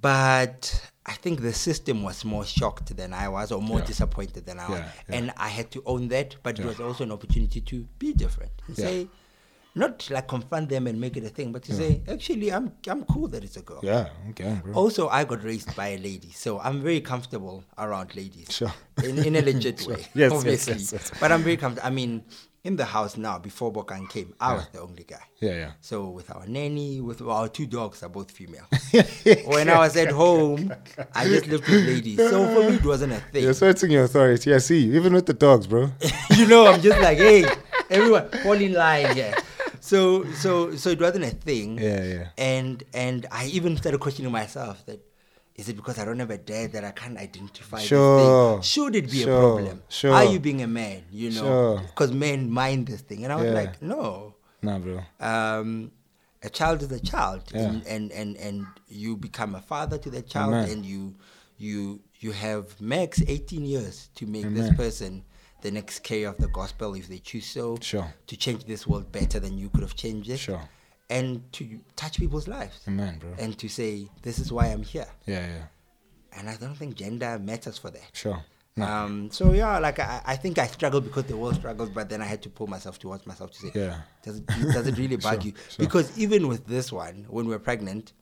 Speaker 1: But I think the system was more shocked than I was, or more
Speaker 2: Yeah.
Speaker 1: disappointed than I was,
Speaker 2: Yeah, yeah.
Speaker 1: and I had to own that. But
Speaker 2: Yeah.
Speaker 1: it was also an opportunity to be different. And
Speaker 2: Yeah.
Speaker 1: Say, not like confront them and make it a thing, but to say, actually, I'm I'm cool that it's a girl.
Speaker 2: Yeah, okay, bro.
Speaker 1: Also, I got raised by a lady, so I'm very comfortable around ladies.
Speaker 2: Sure.
Speaker 1: In, in a legit way,
Speaker 2: Yes, yes,
Speaker 1: obviously.
Speaker 2: yes, yes.
Speaker 1: But I'm very comfortable. I mean, in the house now, before Bokan came, I was the only guy.
Speaker 2: Yeah,
Speaker 1: So with our nanny, with our two dogs are both female.
Speaker 2: yeah.
Speaker 1: when I was at home, I just lived with ladies. So for me, it wasn't a thing.
Speaker 2: You're asserting your authority. I see you, even with the dogs, bro.
Speaker 1: you know, I'm just like, hey, everyone, fall in line here. So so so it wasn't a thing.
Speaker 2: Yeah, yeah.
Speaker 1: And and I even started questioning myself that is it because I don't have a dad that I can't identify
Speaker 2: Sure.
Speaker 1: this thing? Should it be
Speaker 2: Sure,
Speaker 1: a problem?
Speaker 2: sure.
Speaker 1: Are you being a man? You know,
Speaker 2: Sure.
Speaker 1: because men mind this thing. And I was
Speaker 2: Yeah.
Speaker 1: like, no.
Speaker 2: nah, bro.
Speaker 1: um, a child is a child,
Speaker 2: Yeah.
Speaker 1: and, and and and you become a father to that child,
Speaker 2: Amen.
Speaker 1: and you you you have max eighteen years to make this
Speaker 2: Amen.
Speaker 1: person the next carrier of the gospel if they choose so.
Speaker 2: Sure.
Speaker 1: To change this world better than you could have changed it.
Speaker 2: Sure.
Speaker 1: And to touch people's lives.
Speaker 2: Amen, bro.
Speaker 1: And to say, this is why I'm here.
Speaker 2: Yeah, yeah.
Speaker 1: And I don't think gender matters for that.
Speaker 2: Sure. No.
Speaker 1: Um, so yeah, like I, I think I struggled because the world struggles, but then I had to pull myself towards myself to say,
Speaker 2: Yeah.
Speaker 1: does it, does it really bug
Speaker 2: Sure,
Speaker 1: you?
Speaker 2: sure.
Speaker 1: Because even with this one, when we were pregnant,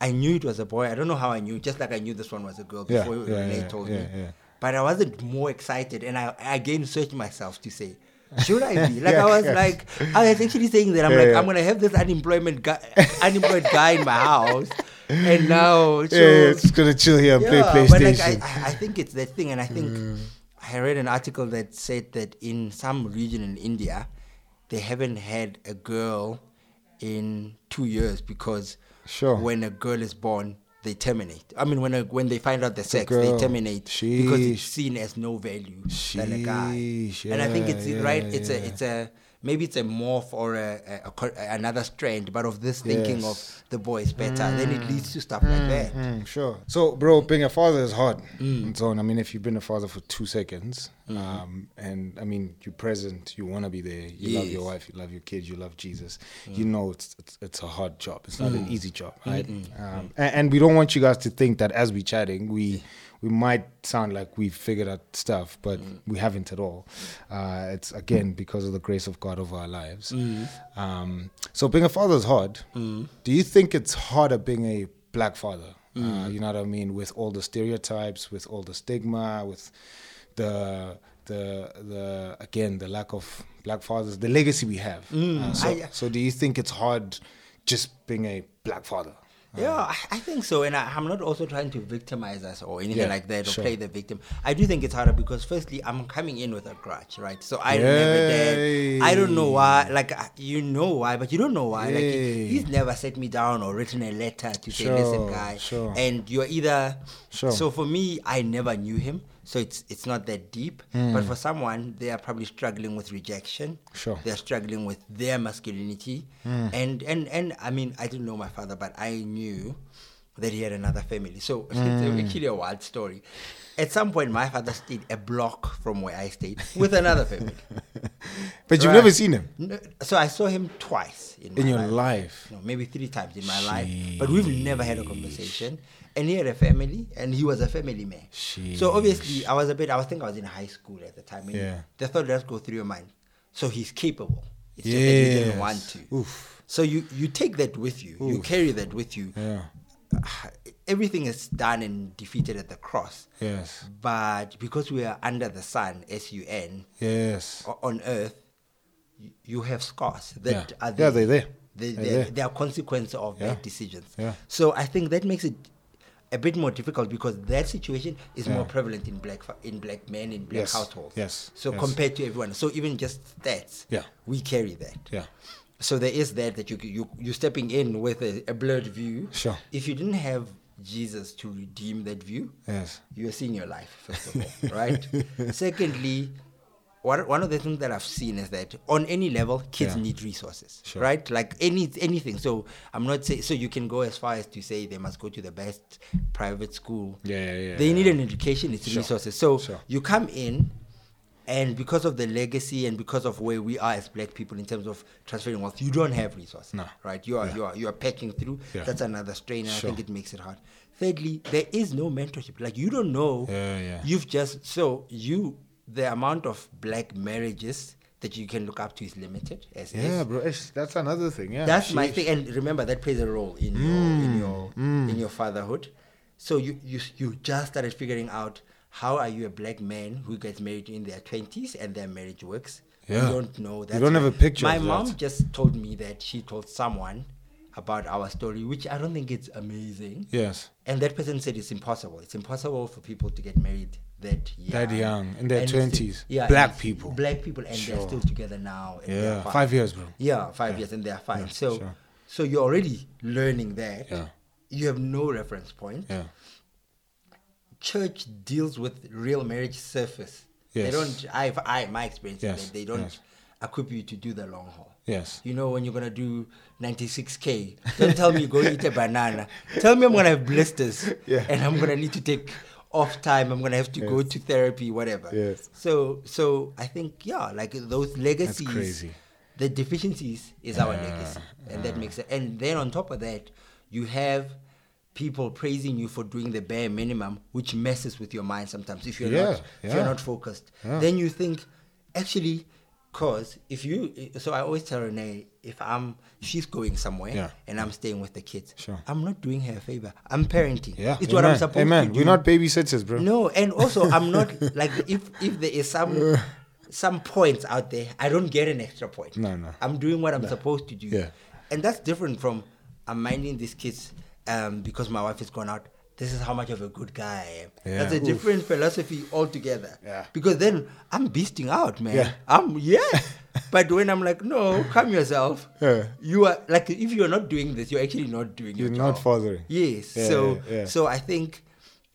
Speaker 1: I knew it was a boy. I don't know how I knew, just like I knew this one was a girl
Speaker 2: Yeah,
Speaker 1: before
Speaker 2: yeah,
Speaker 1: Renee
Speaker 2: yeah,
Speaker 1: told
Speaker 2: yeah,
Speaker 1: me.
Speaker 2: yeah.
Speaker 1: But I wasn't more excited, and I, I again searched myself to say. Should I be like
Speaker 2: Yeah,
Speaker 1: I was
Speaker 2: yes.
Speaker 1: like I was actually saying that I'm
Speaker 2: Yeah,
Speaker 1: like
Speaker 2: yeah.
Speaker 1: I'm gonna have this unemployment guy unemployed guy in my house, and now so,
Speaker 2: yeah, yeah, it's gonna chill here and play
Speaker 1: but
Speaker 2: PlayStation. Mm.
Speaker 1: like I, I- I think it's that thing, and I think I read an article that said that in some region in India, they haven't had a girl in two years because
Speaker 2: Sure.
Speaker 1: when a girl is born, they terminate. I mean, when a, when they find out the sex, they
Speaker 2: girl.
Speaker 1: terminate because it's
Speaker 2: Sheesh.
Speaker 1: seen as no value than a guy.
Speaker 2: Sheesh,
Speaker 1: and I think
Speaker 2: yeah,
Speaker 1: it's
Speaker 2: yeah,
Speaker 1: right. It's a
Speaker 2: yeah.
Speaker 1: it's a maybe it's a morph or a, a- a co- another strand, but of this thinking
Speaker 2: Yes.
Speaker 1: of the boy is better, then it leads to stuff like that.
Speaker 2: Mm, sure. So, bro, being a father is hard.
Speaker 1: Mm.
Speaker 2: And so on. I mean, if you've been a father for two seconds,
Speaker 1: Mm-hmm.
Speaker 2: um, and I mean, you're present, you want to be there, you love
Speaker 1: Yes.
Speaker 2: your wife, you love your kids, you love Jesus. You know, it's, it's it's a hard job. It's not an easy job, right? Um, and, and we don't want you guys to think that as we chatting, we we might sound like we've figured out stuff, but we haven't at all. Uh, it's again because of the grace of God over our lives. Um, so being a father is hard. Do you think it's harder being a black father? Uh, you know what I mean? With all the stereotypes, with all the stigma, with the the the again the lack of black fathers, the legacy we have. Uh, so,
Speaker 1: Mm. I-
Speaker 2: so do you think it's hard just being a black father?
Speaker 1: Yeah, I, I think so. And I, I'm not also trying to victimize us or anything
Speaker 2: Yeah,
Speaker 1: like that or
Speaker 2: sure.
Speaker 1: play the victim. I do think it's harder because, firstly, I'm coming in with a grudge, right? So I remember that. I don't know why. Like, I- you know why, but you don't know why. Like, he-
Speaker 2: Yay.
Speaker 1: he's never set me down or written a letter to say, listen,
Speaker 2: Sure,
Speaker 1: guy.
Speaker 2: sure.
Speaker 1: And you're either.
Speaker 2: Sure.
Speaker 1: So for me, I never knew him. So it's it's not that deep,
Speaker 2: Hmm.
Speaker 1: but for someone they are probably struggling with rejection.
Speaker 2: Sure. Hmm.
Speaker 1: they're struggling with their masculinity, and and and I mean I didn't know my father, but I knew that he had another family. So
Speaker 2: Hmm.
Speaker 1: it's actually a wild story. At some point, my father stayed a block from where I stayed with another family.
Speaker 2: But you've
Speaker 1: Right.
Speaker 2: never seen him
Speaker 1: No, So I saw him twice in, my
Speaker 2: in your
Speaker 1: life
Speaker 2: life.
Speaker 1: you know, maybe three times in my life, but we've never had a conversation. And he had a family, and he was a family man. So obviously, I was a bit. I was think I was in high school at the time. And
Speaker 2: Yeah.
Speaker 1: They thought, let's go through your mind. So he's capable. It's just that he didn't
Speaker 2: Yes.
Speaker 1: want to.
Speaker 2: Oof.
Speaker 1: So you you take that with you. You carry that with you.
Speaker 2: Yeah.
Speaker 1: Everything is done and defeated at the cross.
Speaker 2: Yes.
Speaker 1: But because we are under the sun, S U N,
Speaker 2: Yes.
Speaker 1: o- on earth, y- you have scars that
Speaker 2: Yeah.
Speaker 1: are
Speaker 2: Yeah, they're there.
Speaker 1: They,
Speaker 2: They're
Speaker 1: they,
Speaker 2: there.
Speaker 1: they are consequence of
Speaker 2: Yeah.
Speaker 1: bad decisions.
Speaker 2: Yeah.
Speaker 1: So I think that makes it a bit more difficult because that situation is more
Speaker 2: Yeah.
Speaker 1: prevalent in black fa- in black men in black
Speaker 2: Yes.
Speaker 1: households.
Speaker 2: Yes.
Speaker 1: So
Speaker 2: Yes.
Speaker 1: compared to everyone, so even just stats,
Speaker 2: Yeah.
Speaker 1: we carry that.
Speaker 2: Yeah.
Speaker 1: So there is that that you you you stepping in with a, a blurred view.
Speaker 2: Sure.
Speaker 1: If you didn't have Jesus to redeem that view,
Speaker 2: Yes.
Speaker 1: you're seeing your life first of all right secondly one, one of the things that i've seen is that on any level kids
Speaker 2: Yeah.
Speaker 1: need resources
Speaker 2: Sure.
Speaker 1: right like any anything so i'm not saying so you can go as far as to say they must go to the best private school
Speaker 2: Yeah, yeah, yeah,
Speaker 1: they need
Speaker 2: yeah.
Speaker 1: an education it's
Speaker 2: Sure.
Speaker 1: resources so
Speaker 2: Sure.
Speaker 1: you come in and because of the legacy and because of where we are as black people in terms of transferring wealth you don't have resources
Speaker 2: No.
Speaker 1: right you are
Speaker 2: Yeah.
Speaker 1: you are you are packing through
Speaker 2: Yeah.
Speaker 1: that's another strain and
Speaker 2: Sure.
Speaker 1: i think it makes it hard thirdly there is no mentorship like you don't know
Speaker 2: Yeah, yeah.
Speaker 1: You've just so you the amount of black marriages that you can look up to is limited. As is.
Speaker 2: Yeah, bro. Ish, That's another thing. Yeah. Mm,
Speaker 1: that's my
Speaker 2: Sheesh.
Speaker 1: thing. And remember that plays a role in your in your in your fatherhood. So you you you just started figuring out how are you a black man who gets married in their twenties and their marriage works.
Speaker 2: Yeah.
Speaker 1: You don't know
Speaker 2: You
Speaker 1: that.
Speaker 2: don't have a picture
Speaker 1: My
Speaker 2: of
Speaker 1: mom
Speaker 2: that.
Speaker 1: just told me that she told someone about our story, which I don't think it's amazing.
Speaker 2: Yes.
Speaker 1: And that person said it's impossible. It's impossible for people to get married that young.
Speaker 2: That young, in their
Speaker 1: And it's-
Speaker 2: 20s.
Speaker 1: Yeah,
Speaker 2: Black
Speaker 1: it's
Speaker 2: people.
Speaker 1: Black people, and they're
Speaker 2: Sure.
Speaker 1: still together now. and they're
Speaker 2: Yeah.
Speaker 1: fine.
Speaker 2: Five years, bro.
Speaker 1: Yeah, five years, and they're fine. so,
Speaker 2: sure.
Speaker 1: so you're already learning that.
Speaker 2: Yeah.
Speaker 1: You have no reference point.
Speaker 2: Yeah.
Speaker 1: Church deals with real marriage surface. They
Speaker 2: Yes.
Speaker 1: don't. I've I my experience
Speaker 2: Yes,
Speaker 1: is that they don't
Speaker 2: yes.
Speaker 1: equip you to do the long haul.
Speaker 2: Yes.
Speaker 1: You know when you're gonna do 96k. Don't tell me go eat a banana. Tell me I'm gonna have blisters.
Speaker 2: Yeah.
Speaker 1: And I'm gonna need to take off time. I'm gonna have to go
Speaker 2: Yes.
Speaker 1: to therapy, whatever.
Speaker 2: Yes.
Speaker 1: So so I think yeah, like those legacies.
Speaker 2: crazy.
Speaker 1: The deficiencies is our legacy, and that makes it. And then on top of that, you have people praising you for doing the bare minimum, which messes with your mind sometimes. If you're
Speaker 2: Yeah,
Speaker 1: not, if you're
Speaker 2: yeah.
Speaker 1: not focused, then you think, actually, cause if you. So I always tell Renee if I'm, she's going somewhere,
Speaker 2: Yeah.
Speaker 1: and I'm staying with the kids.
Speaker 2: Sure.
Speaker 1: I'm not doing her a favor. I'm parenting.
Speaker 2: Yeah.
Speaker 1: It's what I'm
Speaker 2: amen,
Speaker 1: supposed
Speaker 2: Amen.
Speaker 1: to do.
Speaker 2: We're not babysitters, bro.
Speaker 1: No, and also I'm not like if if there is some some points out there, I don't get an extra point.
Speaker 2: No, no.
Speaker 1: I'm doing what I'm supposed to do.
Speaker 2: Yeah.
Speaker 1: And that's different from I'm minding these kids um, because my wife is gone out. This is how much of a good guy I am.
Speaker 2: Yeah.
Speaker 1: That's a
Speaker 2: Oof.
Speaker 1: different philosophy altogether.
Speaker 2: Yeah.
Speaker 1: Because then I'm beasting out, man.
Speaker 2: Yeah.
Speaker 1: I'm yeah. but when I'm like, no, calm yourself.
Speaker 2: Yeah.
Speaker 1: You are like if you're not doing this, you're actually not doing your
Speaker 2: You're not
Speaker 1: job.
Speaker 2: fathering.
Speaker 1: Yes.
Speaker 2: Yeah,
Speaker 1: so
Speaker 2: yeah, yeah.
Speaker 1: so I think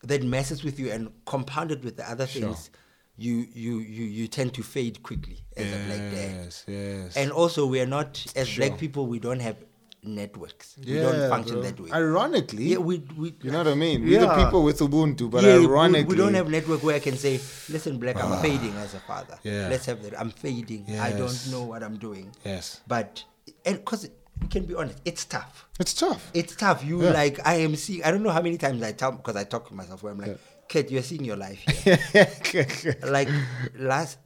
Speaker 1: that messes with you and compounded with the other things, you you you you tend to fade quickly as a black dad.
Speaker 2: Yes, yes.
Speaker 1: And also we are not as black people we don't have networks. we
Speaker 2: Yeah,
Speaker 1: don't function
Speaker 2: bro.
Speaker 1: that way.
Speaker 2: Ironically,
Speaker 1: yeah, we we
Speaker 2: you know what I mean? We're the
Speaker 1: Yeah.
Speaker 2: people with Ubuntu, but
Speaker 1: yeah, we-
Speaker 2: ironically,
Speaker 1: we, don't have network where I can say, listen, black, I'm fading as a father.
Speaker 2: Ah. Yeah.
Speaker 1: Let's have that. I'm fading. I
Speaker 2: Yes.
Speaker 1: don't know what I'm doing.
Speaker 2: Yes.
Speaker 1: But and because we can be honest, it's tough.
Speaker 2: It's tough.
Speaker 1: it's tough. You
Speaker 2: Yeah.
Speaker 1: like I am seeing. I don't know how many times I tell because I talk to myself where I'm like, "Kid, you're seeing your life." Here. like last,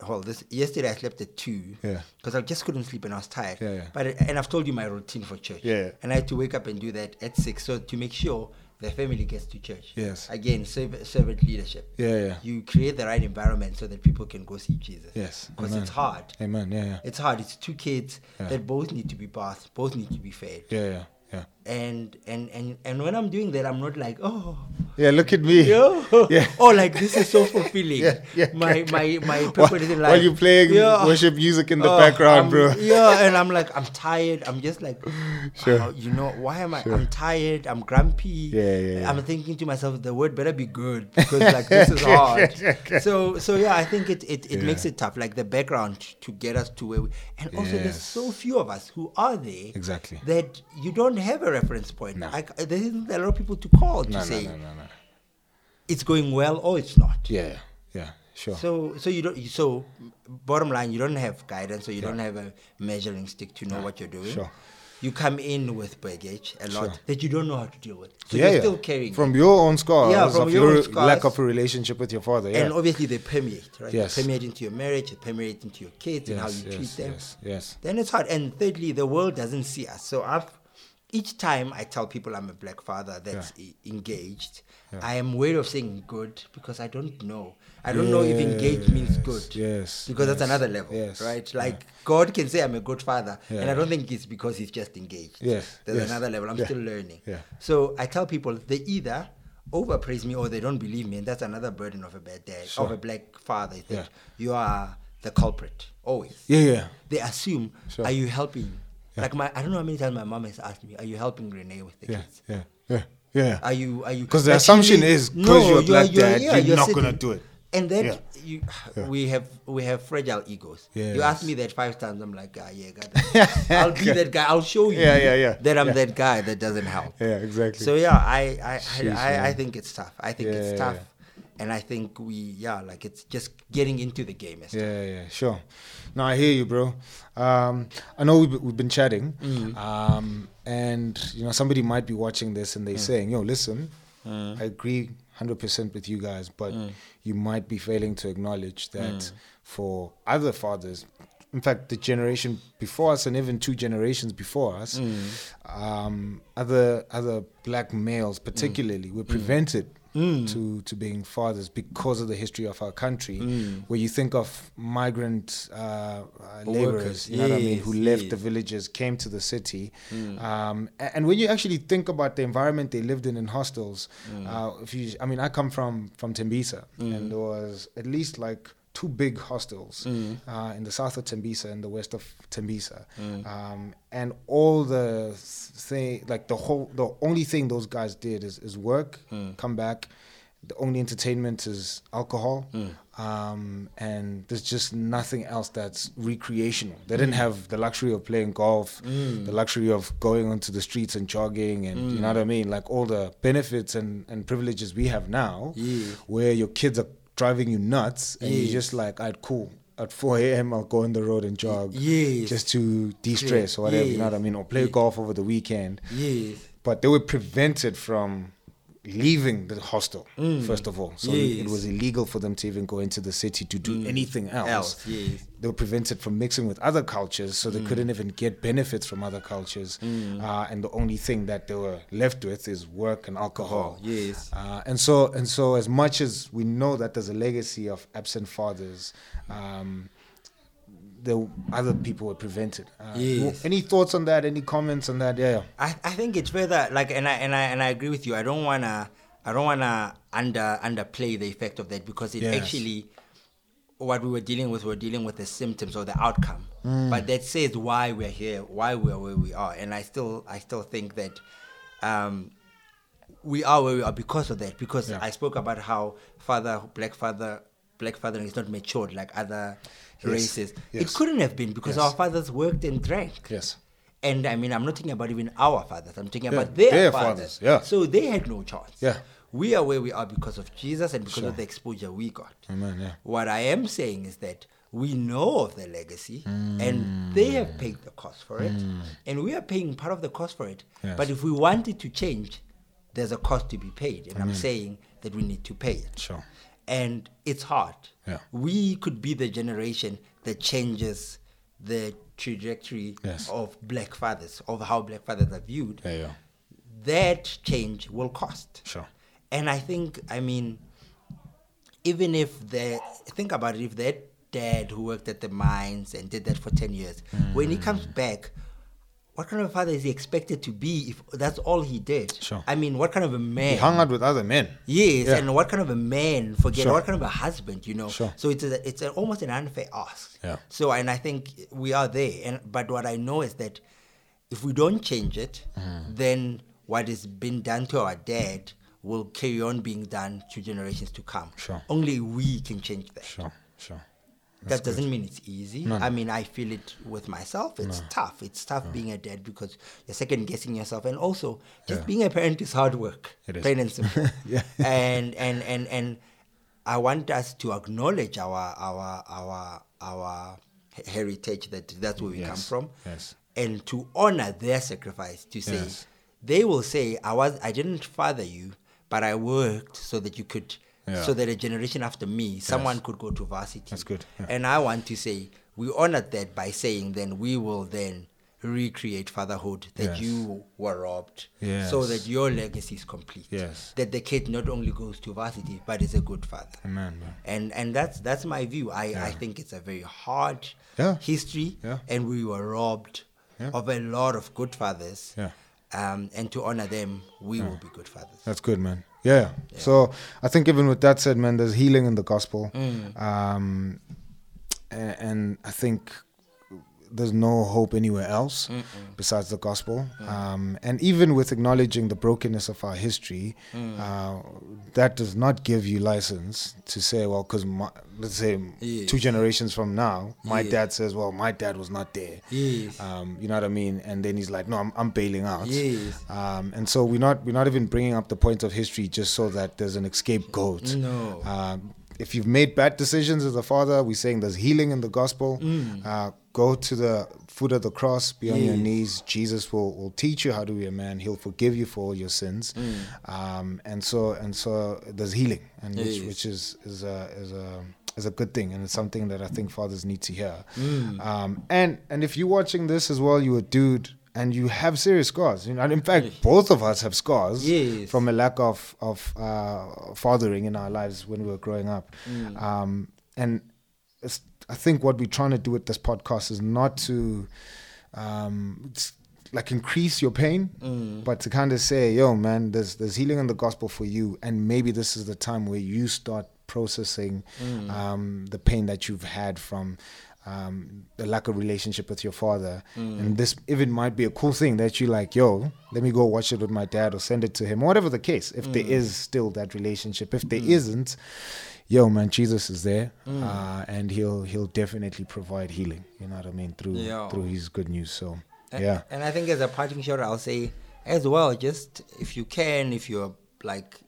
Speaker 1: hold this. Yesterday I slept at two.
Speaker 2: Yeah.
Speaker 1: Because I just couldn't sleep and I was tired.
Speaker 2: Yeah, yeah.
Speaker 1: But and I've told you my routine for church.
Speaker 2: Yeah.
Speaker 1: And I had to wake up and do that at six, so to make sure the family gets to church.
Speaker 2: Yes.
Speaker 1: Again, serv- servant leadership.
Speaker 2: Yeah, yeah.
Speaker 1: You create the right environment so that people can go see Jesus.
Speaker 2: Yes,
Speaker 1: Because
Speaker 2: amen.
Speaker 1: it's hard.
Speaker 2: Amen. Yeah, yeah.
Speaker 1: It's hard. It's two kids
Speaker 2: Yeah.
Speaker 1: that both need to be bathed, both need to be fed
Speaker 2: Yeah, yeah, yeah.
Speaker 1: and and and and when I'm doing that, I'm not like oh.
Speaker 2: Yeah, look at me.
Speaker 1: Yo.
Speaker 2: Yeah.
Speaker 1: Oh, like this is so fulfilling.
Speaker 2: Yeah, yeah.
Speaker 1: My my my
Speaker 2: While,
Speaker 1: purpose in life.
Speaker 2: while you playing
Speaker 1: Yeah.
Speaker 2: worship music in the
Speaker 1: Oh,
Speaker 2: background,
Speaker 1: I'm-
Speaker 2: bro.
Speaker 1: Yeah, and I'm like, I'm tired. I'm just like,
Speaker 2: Sure.
Speaker 1: "Wow, you know, why am I?
Speaker 2: Sure.
Speaker 1: I'm tired. I'm grumpy.
Speaker 2: Yeah, yeah, yeah.
Speaker 1: I'm thinking to myself, the word better be good because like this is hard. so, so yeah, I think it it, it
Speaker 2: Yeah.
Speaker 1: makes it tough. Like the background to get us to where we, and also there's
Speaker 2: Yes.
Speaker 1: so few of us who are there.
Speaker 2: Exactly.
Speaker 1: That you don't have a reference point.
Speaker 2: No.
Speaker 1: I c- there isn't a lot of people to call to
Speaker 2: No, no,
Speaker 1: say
Speaker 2: no, no, no.
Speaker 1: it's going well or it's not.
Speaker 2: Yeah, yeah, yeah. Sure.
Speaker 1: So, so you don't. you- So, bottom line, you don't have guidance, so you don't have a measuring stick to know what you're doing.
Speaker 2: Sure.
Speaker 1: You come in with baggage a lot
Speaker 2: Sure.
Speaker 1: that you don't know how to deal with. So
Speaker 2: yeah,
Speaker 1: you're
Speaker 2: yeah.
Speaker 1: still carrying.
Speaker 2: from your own scars
Speaker 1: Yeah, from
Speaker 2: of
Speaker 1: your
Speaker 2: your,
Speaker 1: own scars.
Speaker 2: lack of a relationship with your father.
Speaker 1: it.
Speaker 2: Yeah.
Speaker 1: And obviously they permeate, right?
Speaker 2: Yes.
Speaker 1: They permeate into your marriage, they permeate into your kids and how
Speaker 2: Yes,
Speaker 1: you
Speaker 2: yes,
Speaker 1: treat them.
Speaker 2: Yes, yes.
Speaker 1: Then it's hard. And thirdly, the world doesn't see us. So I've each time I tell people I'm a black father that's e- engaged, I am wary of saying good because I don't know. I don't know if engaged means good.
Speaker 2: Yes,
Speaker 1: Because that's
Speaker 2: yes,
Speaker 1: another level.
Speaker 2: yes,
Speaker 1: Right?
Speaker 2: yeah.
Speaker 1: Like God can say I'm a good father. And
Speaker 2: Yeah.
Speaker 1: I don't think it's because he's just engaged.
Speaker 2: Yes,
Speaker 1: There's
Speaker 2: yes.
Speaker 1: another level. I'm
Speaker 2: Yeah.
Speaker 1: still learning.
Speaker 2: Yeah.
Speaker 1: So I tell people they either overpraise me or they don't believe me, and that's another burden of a bad dad, of
Speaker 2: Sure.
Speaker 1: a black father. Is that
Speaker 2: Yeah.
Speaker 1: You are the culprit always
Speaker 2: Yeah, yeah.
Speaker 1: they assume,
Speaker 2: Sure.
Speaker 1: are you helping? Like my, I don't know how many times my mom has asked me, are you helping Renee with the
Speaker 2: Yeah,
Speaker 1: kids?
Speaker 2: yeah, yeah, yeah.
Speaker 1: Are you? Are you?
Speaker 2: 'Cause the
Speaker 1: Like, she
Speaker 2: assumption
Speaker 1: really-
Speaker 2: is 'cause you're a black dad, you're not gonna do it.
Speaker 1: And then
Speaker 2: Yeah.
Speaker 1: you, we have we have fragile egos. You
Speaker 2: Yes.
Speaker 1: ask me that five times, I'm like, ah, yeah, got that. I'll be that guy. I'll show you.
Speaker 2: Yeah, yeah, yeah.
Speaker 1: That I'm
Speaker 2: Yeah.
Speaker 1: that guy that doesn't help.
Speaker 2: Yeah, exactly.
Speaker 1: So yeah, I I
Speaker 2: Sheesh,
Speaker 1: I, I, I
Speaker 2: man.
Speaker 1: think it's tough. I think
Speaker 2: Yeah.
Speaker 1: it's tough, and I think we yeah, like it's just getting into the game. Is
Speaker 2: Yeah, yeah, sure. No, I hear you, bro. Um, I know we've, we've been chatting, um, and you know somebody might be watching this and they're saying, "Yo, listen, I agree 100% with you guys, but you might be failing to acknowledge that for other fathers." In fact, the generation before us, and even two generations before us, um, other other black males, particularly, were prevented to, to being fathers because of the history of our country, where you think of migrant uh, uh, laborers, you know what I mean, who
Speaker 1: Yes,
Speaker 2: left
Speaker 1: yes.
Speaker 2: the villages, came to the city. Um, a- and when you actually think about the environment they lived in in hostels, uh, if you, I mean, I come from, from Tembisa, and there was at least like two big hostels uh, in the south of Tembisa and the west of Tembisa. Um, and all the thing, like the whole, the only thing those guys did is, is work, come back, the only entertainment is alcohol,
Speaker 1: Mm.
Speaker 2: um, and there's just nothing else that's recreational. They didn't
Speaker 1: Mm.
Speaker 2: have the luxury of playing golf, the luxury of going onto the streets and jogging, and you
Speaker 1: Mm.
Speaker 2: know what I mean, like all the benefits and, and privileges we have now,
Speaker 1: Yeah.
Speaker 2: where your kids are driving you nuts, and you're just like, "I'd cool." At 4 a.m., I'll go on the road and jog
Speaker 1: yes.
Speaker 2: just to de stress or whatever, you know what I mean, or play golf over the weekend
Speaker 1: Yes.
Speaker 2: but they were prevented from leaving the hostel first of all so
Speaker 1: Mm. Yes. Mm.
Speaker 2: it was illegal for them to even go into the city to do anything else,
Speaker 1: Else, Mm. yes.
Speaker 2: they were prevented from mixing with other cultures so they couldn't even get benefits from other cultures
Speaker 1: Mm.
Speaker 2: uh, and the only thing that they were left with is work and alcohol
Speaker 1: Yes.
Speaker 2: uh, and so and so as much as we know that there's a legacy of absent fathers um, the other people were prevented uh,
Speaker 1: Yes.
Speaker 2: any thoughts on that any comments on that yeah
Speaker 1: I, I think it's rather like and I and I and I agree with you. I don't wanna I don't wanna under underplay the effect of that because it
Speaker 2: Yes.
Speaker 1: actually what we were dealing with, we we're dealing with the symptoms or the outcome.
Speaker 2: Mm.
Speaker 1: But that says why we're here, why we're where we are. And I still I still think that um we are where we are because of that. Because
Speaker 2: Yeah.
Speaker 1: I spoke about how father black father black fathering is not matured like other
Speaker 2: Yes.
Speaker 1: races. It
Speaker 2: Yes.
Speaker 1: couldn't have been because
Speaker 2: Yes.
Speaker 1: our fathers worked and drank.
Speaker 2: yes
Speaker 1: And I mean, I'm not talking about even our fathers. I'm talking
Speaker 2: Yeah,
Speaker 1: about their,
Speaker 2: their
Speaker 1: fathers.
Speaker 2: fathers, yeah.
Speaker 1: So they had no chance.
Speaker 2: Yeah.
Speaker 1: We are where we are because of Jesus and because of the exposure we got.
Speaker 2: Amen, yeah.
Speaker 1: What I am saying is that we know of the legacy and
Speaker 2: Mm.
Speaker 1: they have paid the cost for it. And we are paying part of the cost for it.
Speaker 2: Yes.
Speaker 1: But if we want it to change, there's a cost to be paid. And I'm saying that we need to pay it.
Speaker 2: Sure.
Speaker 1: And it's hard.
Speaker 2: Yeah.
Speaker 1: We could be the generation that changes the trajectory
Speaker 2: Yes.
Speaker 1: of black fathers, of how black fathers are viewed,
Speaker 2: Yeah, yeah.
Speaker 1: that change will cost.
Speaker 2: Sure.
Speaker 1: And I think, I mean, even if the think about it, if that dad who worked at the mines and did that for ten years, when he comes
Speaker 2: Mm.
Speaker 1: back, what kind of a father is he expected to be if that's all he did?
Speaker 2: Sure.
Speaker 1: I mean, what kind of a man?
Speaker 2: He hung out with other men.
Speaker 1: Yes,
Speaker 2: Yeah.
Speaker 1: and what kind of a man? Forget
Speaker 2: Sure.
Speaker 1: what kind of a husband, you know.
Speaker 2: Sure.
Speaker 1: So it's a, it's a, almost an unfair ask.
Speaker 2: Yeah.
Speaker 1: So and I think we are there, and but what I know is that if we don't change it,
Speaker 2: Mm.
Speaker 1: then what has been done to our dad will carry on being done to generations to come.
Speaker 2: Sure.
Speaker 1: Only we can change that.
Speaker 2: Sure, sure.
Speaker 1: That doesn't mean it's easy. I mean, I feel it with myself. It's tough. It's tough being a dad because you're second guessing yourself, and also just
Speaker 2: Yeah.
Speaker 1: being a parent is hard work.
Speaker 2: It is.
Speaker 1: Plain and simple.
Speaker 2: Yeah.
Speaker 1: And and and and I want us to acknowledge our our our our he- heritage that that's where we come
Speaker 2: Yes.
Speaker 1: from.
Speaker 2: Yes.
Speaker 1: And to honor their sacrifice, to say
Speaker 2: Yes.
Speaker 1: they will say, "I was I didn't father you, but I worked so that you could."
Speaker 2: Yeah.
Speaker 1: So that a generation after me, someone could go to varsity.
Speaker 2: That's good, yeah.
Speaker 1: And I want to say we honored that by saying then we will then recreate fatherhood that
Speaker 2: Yes.
Speaker 1: you were robbed so
Speaker 2: Yes.
Speaker 1: that your legacy is complete.
Speaker 2: Yes.
Speaker 1: That the kid not only goes to varsity but is a good father.
Speaker 2: Amen, man.
Speaker 1: And and that's that's my view. I, I think it's a very hard
Speaker 2: Yeah.
Speaker 1: history
Speaker 2: Yeah.
Speaker 1: and we were robbed
Speaker 2: Yeah.
Speaker 1: of a lot of good fathers.
Speaker 2: Yeah.
Speaker 1: Um, and to honor them, we will be good fathers.
Speaker 2: That's good, man. Yeah. So I think even with that said, man, there's healing in the gospel.
Speaker 1: Mm.
Speaker 2: Um, a- and I think there's no hope anywhere else besides the gospel.
Speaker 1: Mm.
Speaker 2: Um, and even with acknowledging the brokenness of our history,
Speaker 1: Mm.
Speaker 2: uh, that does not give you license to say, well, because let's say
Speaker 1: Yes.
Speaker 2: two generations from now, my
Speaker 1: Yes.
Speaker 2: dad says, well, my dad was not there.
Speaker 1: Yes.
Speaker 2: Um, you know what I mean? And then he's like, no, I'm, I'm bailing out.
Speaker 1: Yes.
Speaker 2: Um, and so we're not we're not even bringing up the point of history just so that there's an escape goat.
Speaker 1: No.
Speaker 2: Um, if you've made bad decisions as a father, we're saying there's healing in the gospel. Uh, go to the foot of the cross, be on your
Speaker 1: Mm. Yes.
Speaker 2: knees. Jesus will, will teach you how to be a man. He'll forgive you for all your sins.
Speaker 1: Mm.
Speaker 2: Um, and so and so there's healing, and which,
Speaker 1: Yes.
Speaker 2: which is is a is a is a good thing, and it's something that I think fathers need to hear. Um, and and if you're watching this as well, you're a dude. And you have serious scars, you know. And in fact, both of us have scars
Speaker 1: Yes.
Speaker 2: from a lack of of uh, fathering in our lives when we were growing up. Um, and it's, I think what we're trying to do with this podcast is not to um, it's like increase your pain, but to kind of say, "Yo, man, there's there's healing in the gospel for you, and maybe this is the time where you start processing um, the pain that you've had from." um, the lack of relationship with your father. And this even might be a cool thing that you like, yo, let me go watch it with my dad or send it to him, or whatever the case, if there is still that relationship. If there not yo man, Jesus is there. Uh, and he'll he'll definitely provide healing, you know what I mean, through
Speaker 1: Yeah.
Speaker 2: through his good news. So
Speaker 1: And,
Speaker 2: yeah.
Speaker 1: And I think as a parting shot, I'll say as well, just if you can, if you're like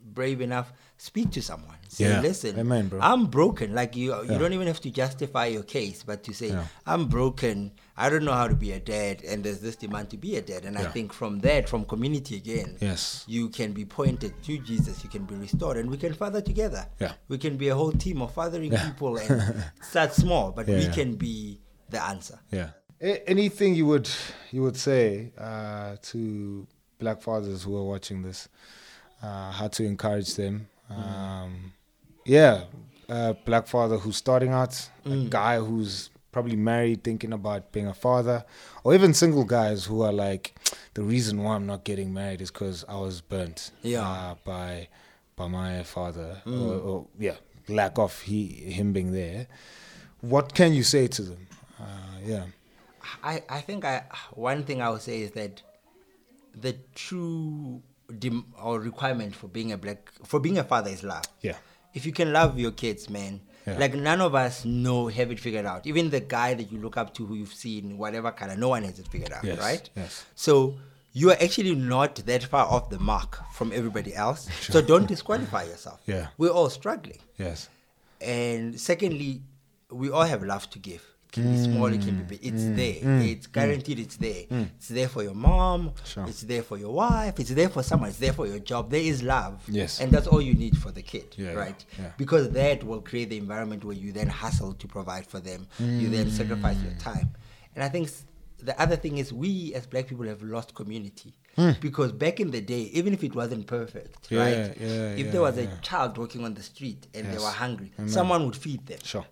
Speaker 1: brave enough, speak to someone. Say,
Speaker 2: Yeah.
Speaker 1: listen,
Speaker 2: Amen, bro.
Speaker 1: I'm broken. Like you, you
Speaker 2: Yeah.
Speaker 1: don't even have to justify your case, but to say,
Speaker 2: Yeah.
Speaker 1: I'm broken. I don't know how to be a dad, and there's this demand to be a dad. And I
Speaker 2: Yeah.
Speaker 1: think from that, from community again,
Speaker 2: Yes.
Speaker 1: you can be pointed to Jesus. You can be restored, and we can father together.
Speaker 2: Yeah.
Speaker 1: we can be a whole team of fathering
Speaker 2: Yeah.
Speaker 1: people and start small, but we
Speaker 2: Yeah.
Speaker 1: can be the answer.
Speaker 2: Yeah. A- anything you would you would say uh, to black fathers who are watching this? Uh, how to encourage them? Um, yeah, a black father who's starting out, a guy who's probably married, thinking about being a father, or even single guys who are like, the reason why I'm not getting married is because I was burnt
Speaker 1: Yeah.
Speaker 2: uh, by by my father, or, or yeah, lack of he him being there. What can you say to them? Uh, yeah.
Speaker 1: I, I think I one thing I would say is that the true dem- or requirement for being a black for being a father is love.
Speaker 2: Yeah.
Speaker 1: If you can love your kids, man,
Speaker 2: Yeah.
Speaker 1: like none of us know have it figured out. Even the guy that you look up to, who you've seen, whatever color, no one has it figured out,
Speaker 2: Yes,
Speaker 1: right?
Speaker 2: yes.
Speaker 1: So you are actually not that far off the mark from everybody else. So don't disqualify yourself.
Speaker 2: Yeah.
Speaker 1: we're all struggling.
Speaker 2: Yes.
Speaker 1: And secondly, we all have love to give. It can
Speaker 2: Mm.
Speaker 1: be small, it can be big. It's there. it's guaranteed it's there. It's there for your mom.
Speaker 2: Mm. Sure.
Speaker 1: It's there for your wife. It's there for someone. It's there for your job. There is love.
Speaker 2: Yes.
Speaker 1: And that's all you need for the kid.
Speaker 2: Yeah, yeah,
Speaker 1: right?
Speaker 2: yeah.
Speaker 1: Because that will create the environment where you then hustle to provide for them. You then
Speaker 2: Mm.
Speaker 1: sacrifice your time. And I think s- the other thing is we as black people have lost community. Because back in the day, even if it wasn't perfect,
Speaker 2: Hmm. Yeah,
Speaker 1: right?
Speaker 2: yeah,
Speaker 1: if
Speaker 2: yeah,
Speaker 1: there was a
Speaker 2: yeah.
Speaker 1: child walking on the street and they
Speaker 2: Yes.
Speaker 1: were hungry,
Speaker 2: Amen.
Speaker 1: someone would feed them.
Speaker 2: Sure.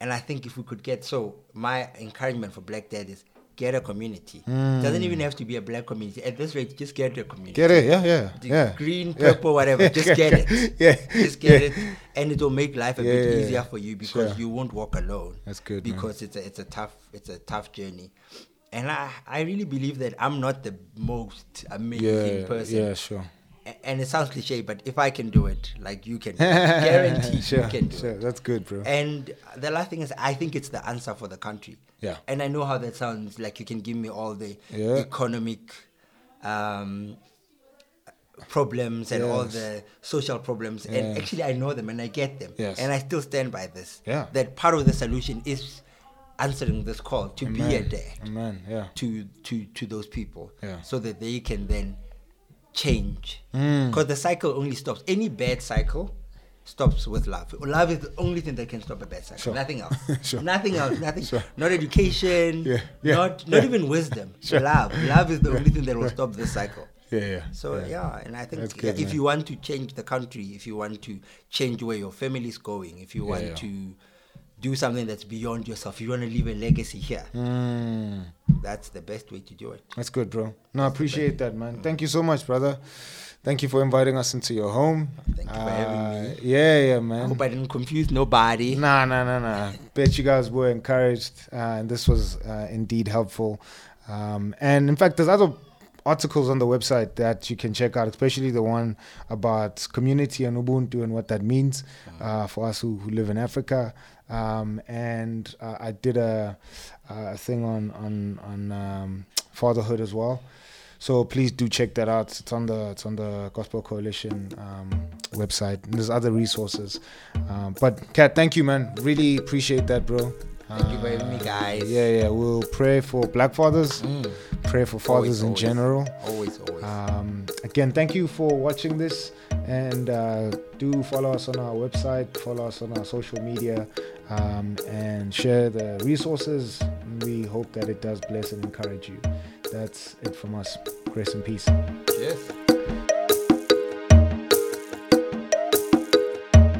Speaker 1: And I think if we could get so, my encouragement for black dad is get a community. Doesn't even have to be a black community. At this rate, just get a community.
Speaker 2: Get it? Yeah, yeah,
Speaker 1: The
Speaker 2: yeah.
Speaker 1: Green,
Speaker 2: Yeah.
Speaker 1: purple, whatever. Just get it.
Speaker 2: Yeah,
Speaker 1: Just get
Speaker 2: yeah.
Speaker 1: it, and it will make life a
Speaker 2: Yeah,
Speaker 1: bit
Speaker 2: yeah, yeah.
Speaker 1: easier for you because
Speaker 2: Sure.
Speaker 1: you won't walk alone.
Speaker 2: That's good, man.
Speaker 1: Because it's a it's a tough it's a tough journey, and I I really believe that I'm not the most amazing
Speaker 2: Yeah,
Speaker 1: person.
Speaker 2: yeah, sure.
Speaker 1: A- And it sounds cliche, but if I can do it, like you can, do it. guaranteed
Speaker 2: sure,
Speaker 1: you can do
Speaker 2: sure.
Speaker 1: it.
Speaker 2: That's good, bro.
Speaker 1: And the last thing is, I think it's the answer for the country.
Speaker 2: Yeah.
Speaker 1: And I know how that sounds like you can give me all the
Speaker 2: Yeah.
Speaker 1: economic um, problems and all
Speaker 2: Yes.
Speaker 1: the social problems.
Speaker 2: Yes.
Speaker 1: And actually, I know them and I get them.
Speaker 2: Yes.
Speaker 1: And I still stand by this.
Speaker 2: Yeah.
Speaker 1: That part of the solution is answering this call to be a
Speaker 2: Amen.
Speaker 1: dad
Speaker 2: Amen. Yeah.
Speaker 1: to to to those people
Speaker 2: Yeah.
Speaker 1: so that they can then change
Speaker 2: Mm.
Speaker 1: because the cycle only stops any bad cycle stops with love love is the only thing that can stop a bad cycle
Speaker 2: Sure.
Speaker 1: nothing else
Speaker 2: Sure.
Speaker 1: nothing else nothing
Speaker 2: Sure.
Speaker 1: not education
Speaker 2: Yeah, yeah,
Speaker 1: not not
Speaker 2: yeah.
Speaker 1: even wisdom
Speaker 2: Sure.
Speaker 1: love love is the only thing that will stop this cycle
Speaker 2: Yeah, yeah.
Speaker 1: so yeah, and I
Speaker 2: That's
Speaker 1: think
Speaker 2: good,
Speaker 1: if
Speaker 2: man.
Speaker 1: you want to change the country, if you want to change where your family is going, if you
Speaker 2: Yeah,
Speaker 1: want
Speaker 2: yeah.
Speaker 1: to do something that's beyond yourself, you want to leave a legacy here.
Speaker 2: Mm.
Speaker 1: That's the best way to do it.
Speaker 2: That's good, bro. No, I appreciate that, man. Thank you so much, brother. Thank you for inviting us into your home.
Speaker 1: Thank you for having
Speaker 2: me. Yeah, yeah, man.
Speaker 1: I hope I didn't confuse nobody.
Speaker 2: Nah, nah, nah, nah. Bet you guys were encouraged, uh, and this was uh, indeed helpful. Um, and in fact, there's other articles on the website that you can check out, especially the one about community and Ubuntu and what that means uh, for us who, who live in Africa. Um, and uh, I did a, a thing on on on um, fatherhood as well. So please do check that out. It's on the it's on the Gospel Coalition um, website. And there's other resources. Um, but Kat, thank you, man. Really appreciate that, bro. Uh,
Speaker 1: Thank you for having me, guys. Mm.
Speaker 2: Yeah, yeah. We'll pray for black fathers. Pray for
Speaker 1: Always,
Speaker 2: fathers in
Speaker 1: always.
Speaker 2: general.
Speaker 1: Always, always.
Speaker 2: Um, again, thank you for watching this, and uh, do follow us on our website, follow us on our social media, um, and share the resources. We hope that it does bless and encourage you. That's it from us. Grace and peace.
Speaker 1: Cheers.